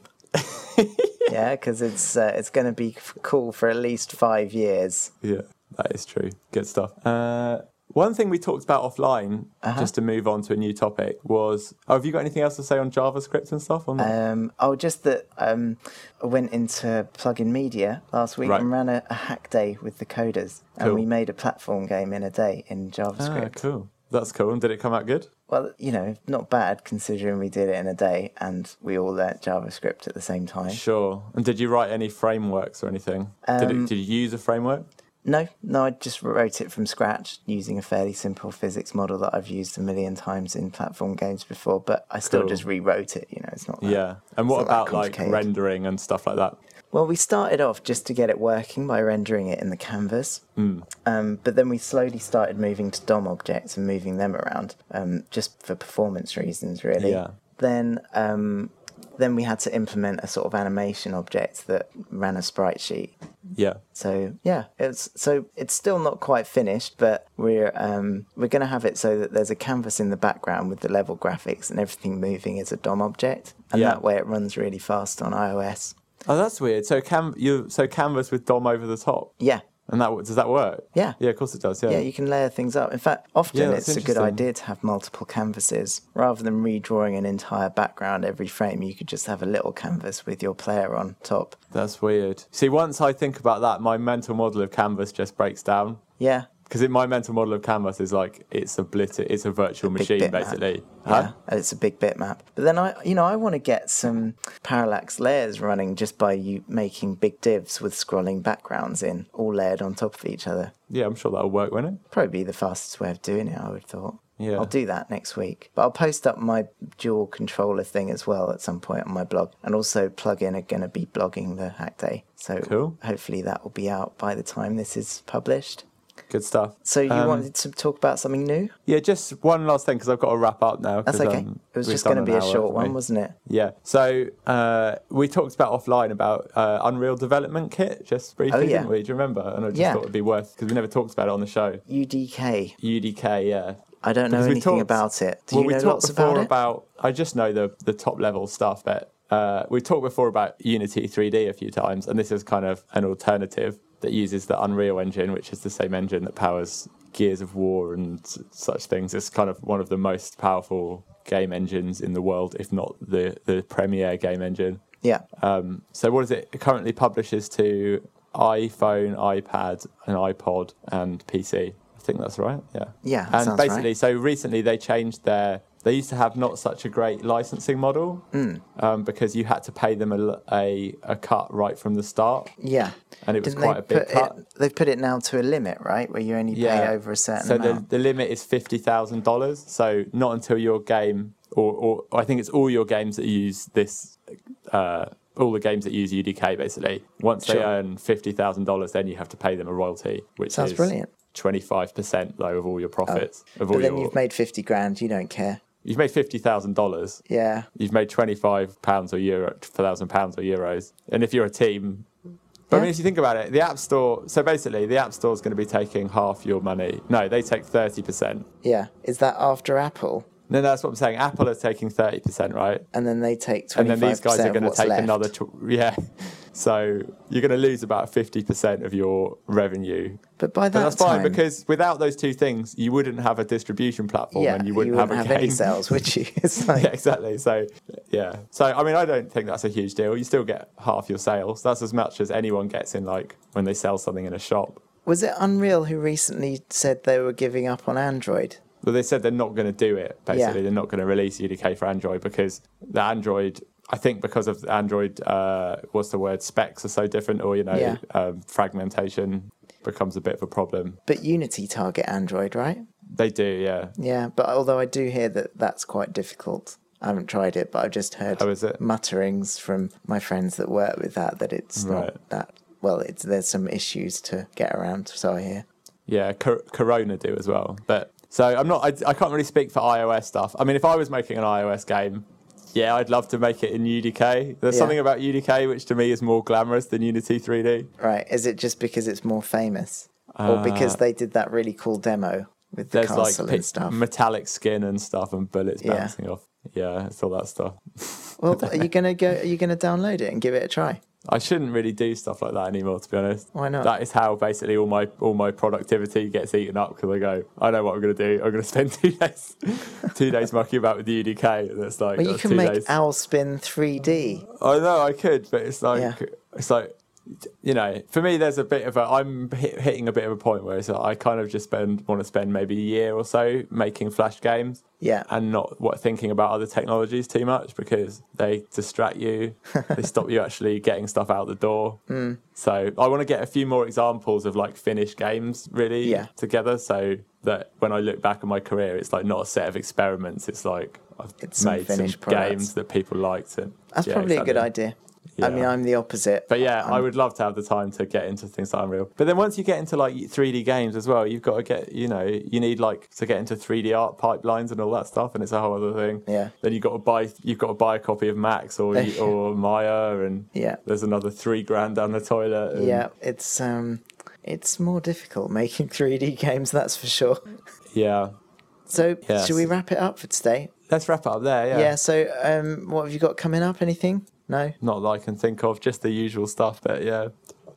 Speaker 2: yeah, because it's uh, it's going to be f- cool for at least five years.
Speaker 1: Yeah, that is true. Good stuff. Uh, one thing we talked about offline,
Speaker 2: Uh-huh.
Speaker 1: just to move on to a new topic, was oh, have you got anything else to say on JavaScript and stuff? On
Speaker 2: Um, oh, just that um, I went into Plugin Media last week
Speaker 1: Right.
Speaker 2: and ran a, a hack day with the coders, and
Speaker 1: Cool.
Speaker 2: we made a platform game in a day in JavaScript.
Speaker 1: ah, cool. That's cool. And did it come out good?
Speaker 2: Well, you know, not bad considering we did it in a day and we all learnt JavaScript at the same time.
Speaker 1: Sure. And did you write any frameworks or anything? did,
Speaker 2: Um,
Speaker 1: it, did you use a framework?
Speaker 2: No, no, I just wrote it from scratch using a fairly simple physics model that I've used a million times in platform games before, but I still
Speaker 1: Cool.
Speaker 2: just rewrote it. You know, it's not that.
Speaker 1: Yeah. And what
Speaker 2: not that
Speaker 1: about like
Speaker 2: complicated.
Speaker 1: rendering and stuff like that?
Speaker 2: Well, we started off just to get it working by rendering it in the canvas,
Speaker 1: Mm.
Speaker 2: um, but then we slowly started moving to DOM objects and moving them around um, just for performance reasons, really.
Speaker 1: Yeah.
Speaker 2: Then. Um, then we had to implement a sort of animation object that ran a sprite sheet
Speaker 1: Yeah.
Speaker 2: So yeah, it's so it's still not quite finished, but we're um, we're going to have it so that there's a canvas in the background with the level graphics and everything moving as a DOM object, and
Speaker 1: Yeah.
Speaker 2: that way it runs really fast on iOS.
Speaker 1: Oh, that's weird. So cam you so canvas with DOM over the top.
Speaker 2: Yeah,
Speaker 1: And that does that work?
Speaker 2: Yeah.
Speaker 1: Yeah, of course it does. Yeah.
Speaker 2: yeah, you can layer things up. In fact, often
Speaker 1: Um, Yeah, that's
Speaker 2: it's a good
Speaker 1: interesting.
Speaker 2: idea to have multiple canvases rather than redrawing an entire background every frame. You could just have a little canvas with your player on top.
Speaker 1: That's weird. See, once I think about that, my mental model of canvas just breaks down.
Speaker 2: Yeah,
Speaker 1: Because in my mental model of canvas is like it's a blitter, it's a virtual
Speaker 2: big
Speaker 1: machine
Speaker 2: bitmap.
Speaker 1: basically.
Speaker 2: Yeah, it's a big bitmap. But then I, you know, I want to get some parallax layers running just by you making big divs with scrolling backgrounds in, all layered on top of each other.
Speaker 1: Yeah, I'm sure that'll work, won't it?
Speaker 2: Probably the fastest way of doing it, I would have thought.
Speaker 1: Yeah.
Speaker 2: I'll do that next week. But I'll post up my dual controller thing as well at some point on my blog. And also plug in are gonna be blogging the hack day. So
Speaker 1: Cool.
Speaker 2: hopefully that will be out by the time this is published.
Speaker 1: Good stuff.
Speaker 2: So you
Speaker 1: Um,
Speaker 2: wanted to talk about something new?
Speaker 1: Yeah, just one last thing because I've got to wrap up now. um,
Speaker 2: That's okay. it was just gonna be a short one,
Speaker 1: was.
Speaker 2: wasn't it?
Speaker 1: Yeah. So uh, we talked about offline about uh, Unreal Development Kit just briefly,
Speaker 2: Oh, yeah.
Speaker 1: didn't we? Do you remember? And I just
Speaker 2: Yeah.
Speaker 1: thought it'd be worth because we never talked about it on the show.
Speaker 2: UDK.
Speaker 1: UDK, yeah.
Speaker 2: I don't know
Speaker 1: Because we
Speaker 2: anything
Speaker 1: talked-
Speaker 2: about it. Do you
Speaker 1: we
Speaker 2: know
Speaker 1: talked
Speaker 2: lots
Speaker 1: before
Speaker 2: about it?
Speaker 1: I just know the the top level stuff, but uh, we talked before about Unity 3D a few times, and this is kind of an alternative that uses the Unreal Engine, which is the same engine that powers Gears of War and s- such things. It's kind of one of the most powerful game engines in the world, if not the the premier game engine.
Speaker 2: yeah.
Speaker 1: Um, so what is it? It currently publishes to iPhone, iPad, and iPod and PC. I think that's right. Yeah.
Speaker 2: Yeah, that
Speaker 1: And
Speaker 2: sounds right.
Speaker 1: basically, so recently they changed their. They used to have not such a great licensing model
Speaker 2: Hmm.
Speaker 1: um, because you had to pay them a, l- a- a cut right from the start.
Speaker 2: Yeah.
Speaker 1: And it was
Speaker 2: Didn't
Speaker 1: quite a
Speaker 2: they
Speaker 1: big
Speaker 2: put
Speaker 1: cut.
Speaker 2: It, they've put it now to a limit, right? Where you only pay over a certain
Speaker 1: so
Speaker 2: amount.
Speaker 1: the, the limit is fifty thousand dollars. So not until your game, or, or I think it's all your games that use this, uh, all the games that use UDK basically. Once they
Speaker 2: Sure.
Speaker 1: earn fifty thousand dollars, then you have to pay them a royalty, which
Speaker 2: Sounds
Speaker 1: is
Speaker 2: brilliant. Oh,
Speaker 1: Twenty five percent though of all your profits of all
Speaker 2: But then
Speaker 1: your.
Speaker 2: you've made 50 grand, you don't care.
Speaker 1: you've made fifty thousand dollars.
Speaker 2: Yeah.
Speaker 1: You've made twenty five pounds or euro, thousand pounds or euros, and if you're a team. But I mean,
Speaker 2: Yeah.
Speaker 1: if you think about it, the App Store. So basically, the App Store is going to be taking half your money. No, they take thirty percent.
Speaker 2: Yeah. Is that after Apple?
Speaker 1: No, no, that's what I'm saying. Apple are taking 30%, right?
Speaker 2: And then they take 25%
Speaker 1: And then these guys are
Speaker 2: going to
Speaker 1: take
Speaker 2: left.
Speaker 1: another. Tw- yeah. *laughs* So you're going to lose about 50% of your revenue.
Speaker 2: But by that
Speaker 1: And that's
Speaker 2: time,
Speaker 1: fine because without those two things, you wouldn't have a distribution platform
Speaker 2: yeah,
Speaker 1: and you wouldn't, have, a game.
Speaker 2: any sales, would you? *laughs* It's like,
Speaker 1: *laughs* yeah, exactly. So, yeah. So, I mean, I don't think that's a huge deal. You still get half your sales. That's as much as anyone gets in, like, when they sell something in a shop.
Speaker 2: Was it Unreal who recently said they were giving up on Android?
Speaker 1: Well, they said they're not going to do it. Basically,
Speaker 2: Yeah.
Speaker 1: they're not going to release UDK for Android because the Android, I think, because of Android, uh, what's the word? Specs are so different, or you know,
Speaker 2: Yeah.
Speaker 1: um, fragmentation becomes a bit of a problem.
Speaker 2: But Unity target Android, right?
Speaker 1: They do, yeah.
Speaker 2: Yeah, but although I do hear that that's quite difficult. I haven't tried it, but I've just heard
Speaker 1: Oh, is it?
Speaker 2: mutterings from my friends that work with that that it's
Speaker 1: Right.
Speaker 2: not that well. It's there's some issues to get around, so I hear.
Speaker 1: Yeah, Cor- Corona do as well. But so I'm not. I, I can't really speak for iOS stuff. I mean, if I was making an iOS game, yeah, I'd love to make it in UDK. There's
Speaker 2: Yeah.
Speaker 1: something about UDK which to me is more glamorous than Unity 3D.
Speaker 2: Right? Is it just because it's more famous, or because they did that really cool demo with the
Speaker 1: Uh, There's
Speaker 2: castle
Speaker 1: like pit-
Speaker 2: and stuff?
Speaker 1: metallic skin and stuff and bullets
Speaker 2: Yeah.
Speaker 1: bouncing off. Yeah, it's all that stuff.
Speaker 2: well, are
Speaker 1: *laughs*
Speaker 2: you gonna go? Are you gonna download it and give it a try?
Speaker 1: I shouldn't really do stuff like that anymore, to be honest.
Speaker 2: Why not?
Speaker 1: That is how basically all my all my productivity gets eaten up because I go, I know what I'm going to do. I'm going to spend *laughs* two days, two days mucking about with the UDK, and it's like
Speaker 2: Well, you
Speaker 1: that's
Speaker 2: can
Speaker 1: two
Speaker 2: make
Speaker 1: days.
Speaker 2: Owl Spin 3D.
Speaker 1: I know I could, but it's like
Speaker 2: Yeah.
Speaker 1: it's like you know, for me, there's a bit of a I'm hit, hitting a bit of a point where it's like I kind of just spend want to spend maybe a year or so making flash games,
Speaker 2: Yeah.
Speaker 1: and not what thinking about other technologies too much because they distract
Speaker 2: *laughs*
Speaker 1: you, they stop you actually getting stuff out the door.
Speaker 2: Hmm.
Speaker 1: Mm. So I want to get a few more examples of like finished games really
Speaker 2: Yeah.
Speaker 1: together, so that when I look back on my career, it's like not a set of experiments. It's like I've
Speaker 2: It's some
Speaker 1: made some
Speaker 2: finished products.
Speaker 1: games that people liked. And,
Speaker 2: That's
Speaker 1: yeah,
Speaker 2: probably a good
Speaker 1: exactly.
Speaker 2: idea.
Speaker 1: Yeah.
Speaker 2: I mean, I'm the opposite.
Speaker 1: But yeah,
Speaker 2: Um,
Speaker 1: i would love to have the time to get into things like Unreal. But then once you get into like 3D games as well, you've got to get, you know, you need like to get into 3D art pipelines and all that stuff, and it's a whole other thing.
Speaker 2: Yeah.
Speaker 1: Then you've got to buy, you've got to buy a copy of Max
Speaker 2: *laughs*
Speaker 1: or you- or Maya, and
Speaker 2: Yeah.
Speaker 1: there's another three grand down the toilet. and-
Speaker 2: Yeah, it's um, it's more difficult making *laughs* 3D games, that's for sure.
Speaker 1: yeah.
Speaker 2: So,
Speaker 1: Yes.
Speaker 2: should we wrap it up for today?
Speaker 1: Let's wrap up there. Yeah.
Speaker 2: Yeah. so, um, what have you got coming up? Anything? No.
Speaker 1: Not that I can think of, just the usual stuff. But yeah,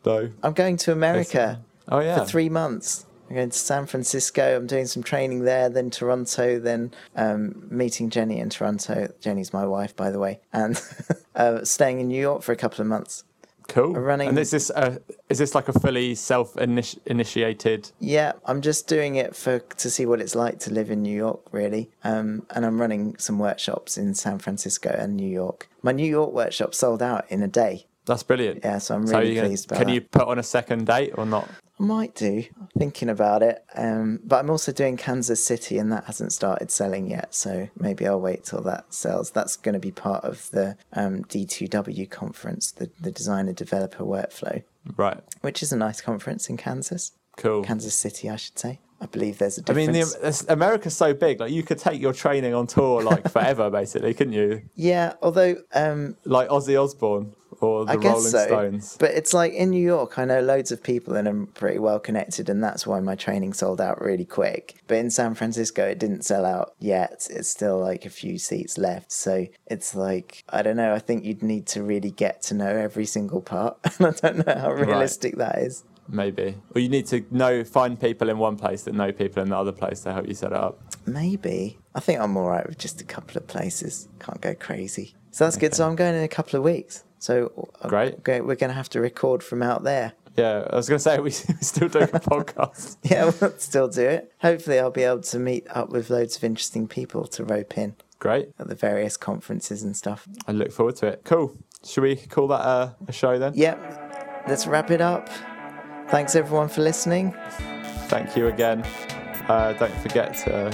Speaker 1: no.
Speaker 2: I'm going to America
Speaker 1: Oh yeah.
Speaker 2: for three months. I'm going to San Francisco. I'm doing some training there, then Toronto, then um, meeting Jenny in Toronto. Jenny's my wife, by the way, and *laughs* uh, staying in New York for a couple of months.
Speaker 1: cool.
Speaker 2: running-
Speaker 1: And is this uh, is this like a fully self initiated?
Speaker 2: Yeah, I'm just doing it for to see what it's like to live in New York, really. Um, and I'm running some workshops in San Francisco and New York. My New York workshop sold out in a day.
Speaker 1: That's brilliant.
Speaker 2: Yeah, so I'm
Speaker 1: are
Speaker 2: really
Speaker 1: you gonna-
Speaker 2: pleased about
Speaker 1: Can
Speaker 2: that.
Speaker 1: you put on a second date or not?
Speaker 2: I might do. Thinking about it, um, but I'm also doing Kansas City, and that hasn't started selling yet. So maybe I'll wait till that sells. That's going to be part of the um, D2W conference, the, the designer developer workflow,
Speaker 1: Right.
Speaker 2: which is a nice conference in Kansas,
Speaker 1: Cool.
Speaker 2: Kansas City, I should say. I believe there's a
Speaker 1: I
Speaker 2: difference.
Speaker 1: mean, the, it's- America's so big. Like, you could take your training on tour
Speaker 2: *laughs*
Speaker 1: like forever, basically, couldn't you?
Speaker 2: Yeah, although um,
Speaker 1: Like Ozzy Osbourne or the
Speaker 2: I guess
Speaker 1: Rolling
Speaker 2: so.
Speaker 1: Stones.
Speaker 2: But it's like in New York, I know loads of people and I'm pretty well connected, and that's why my training sold out really quick. But in San Francisco, it didn't sell out yet. It's still like a few seats left. So it's like, I don't know. I think you'd need to really get to know every single part. *laughs* And I don't know how realistic that is.
Speaker 1: Maybe. Or you need to know, find people in one place that know people in the other place to help you set it up.
Speaker 2: Maybe. I think I'm all right with just a couple of places. Can't go crazy. So that's good. So I'm going in a couple of weeks. So uh,
Speaker 1: Great.
Speaker 2: go- we're going to have to record from out there.
Speaker 1: Yeah, I was going to say, *laughs* we still doing a
Speaker 2: *laughs*
Speaker 1: podcast.
Speaker 2: Yeah, we'll still do it. Hopefully, I'll be able to meet up with loads of interesting people to rope in
Speaker 1: Great.
Speaker 2: at the various conferences and stuff.
Speaker 1: I look forward to it. Cool. Should we call that a, a show then?
Speaker 2: Yep, let's wrap it up. Thanks everyone for listening.
Speaker 1: Thank you again. Uh, don't forget to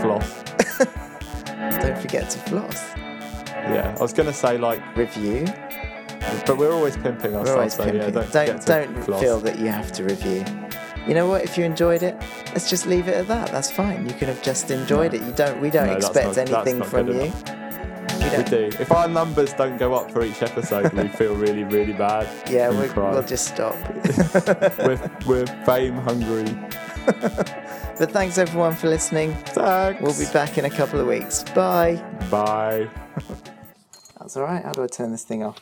Speaker 1: floss.
Speaker 2: Don't forget to floss,
Speaker 1: Yeah, I was going to say, like,
Speaker 2: review.
Speaker 1: But we're always pimping
Speaker 2: We're
Speaker 1: ourselves,
Speaker 2: always
Speaker 1: so
Speaker 2: pimping.
Speaker 1: yeah, don't forget
Speaker 2: don't
Speaker 1: to
Speaker 2: don't
Speaker 1: floss.
Speaker 2: feel that you have to review. You know what? If you enjoyed it, let's just leave it at that. That's fine. You could have just enjoyed it. You don't. We don't
Speaker 1: No, that's
Speaker 2: expect
Speaker 1: not- that's
Speaker 2: anything
Speaker 1: not
Speaker 2: from
Speaker 1: good
Speaker 2: you. We
Speaker 1: We
Speaker 2: don't.
Speaker 1: do. If our numbers don't go up for each episode, we feel really, really bad.
Speaker 2: Yeah,
Speaker 1: and
Speaker 2: we,
Speaker 1: cry.
Speaker 2: we'll just stop.
Speaker 1: we're, we're fame hungry.
Speaker 2: but thanks everyone for listening.
Speaker 1: Thanks.
Speaker 2: We'll be back in a couple of weeks. Bye.
Speaker 1: Bye.
Speaker 2: That's all right. How do I turn this thing off?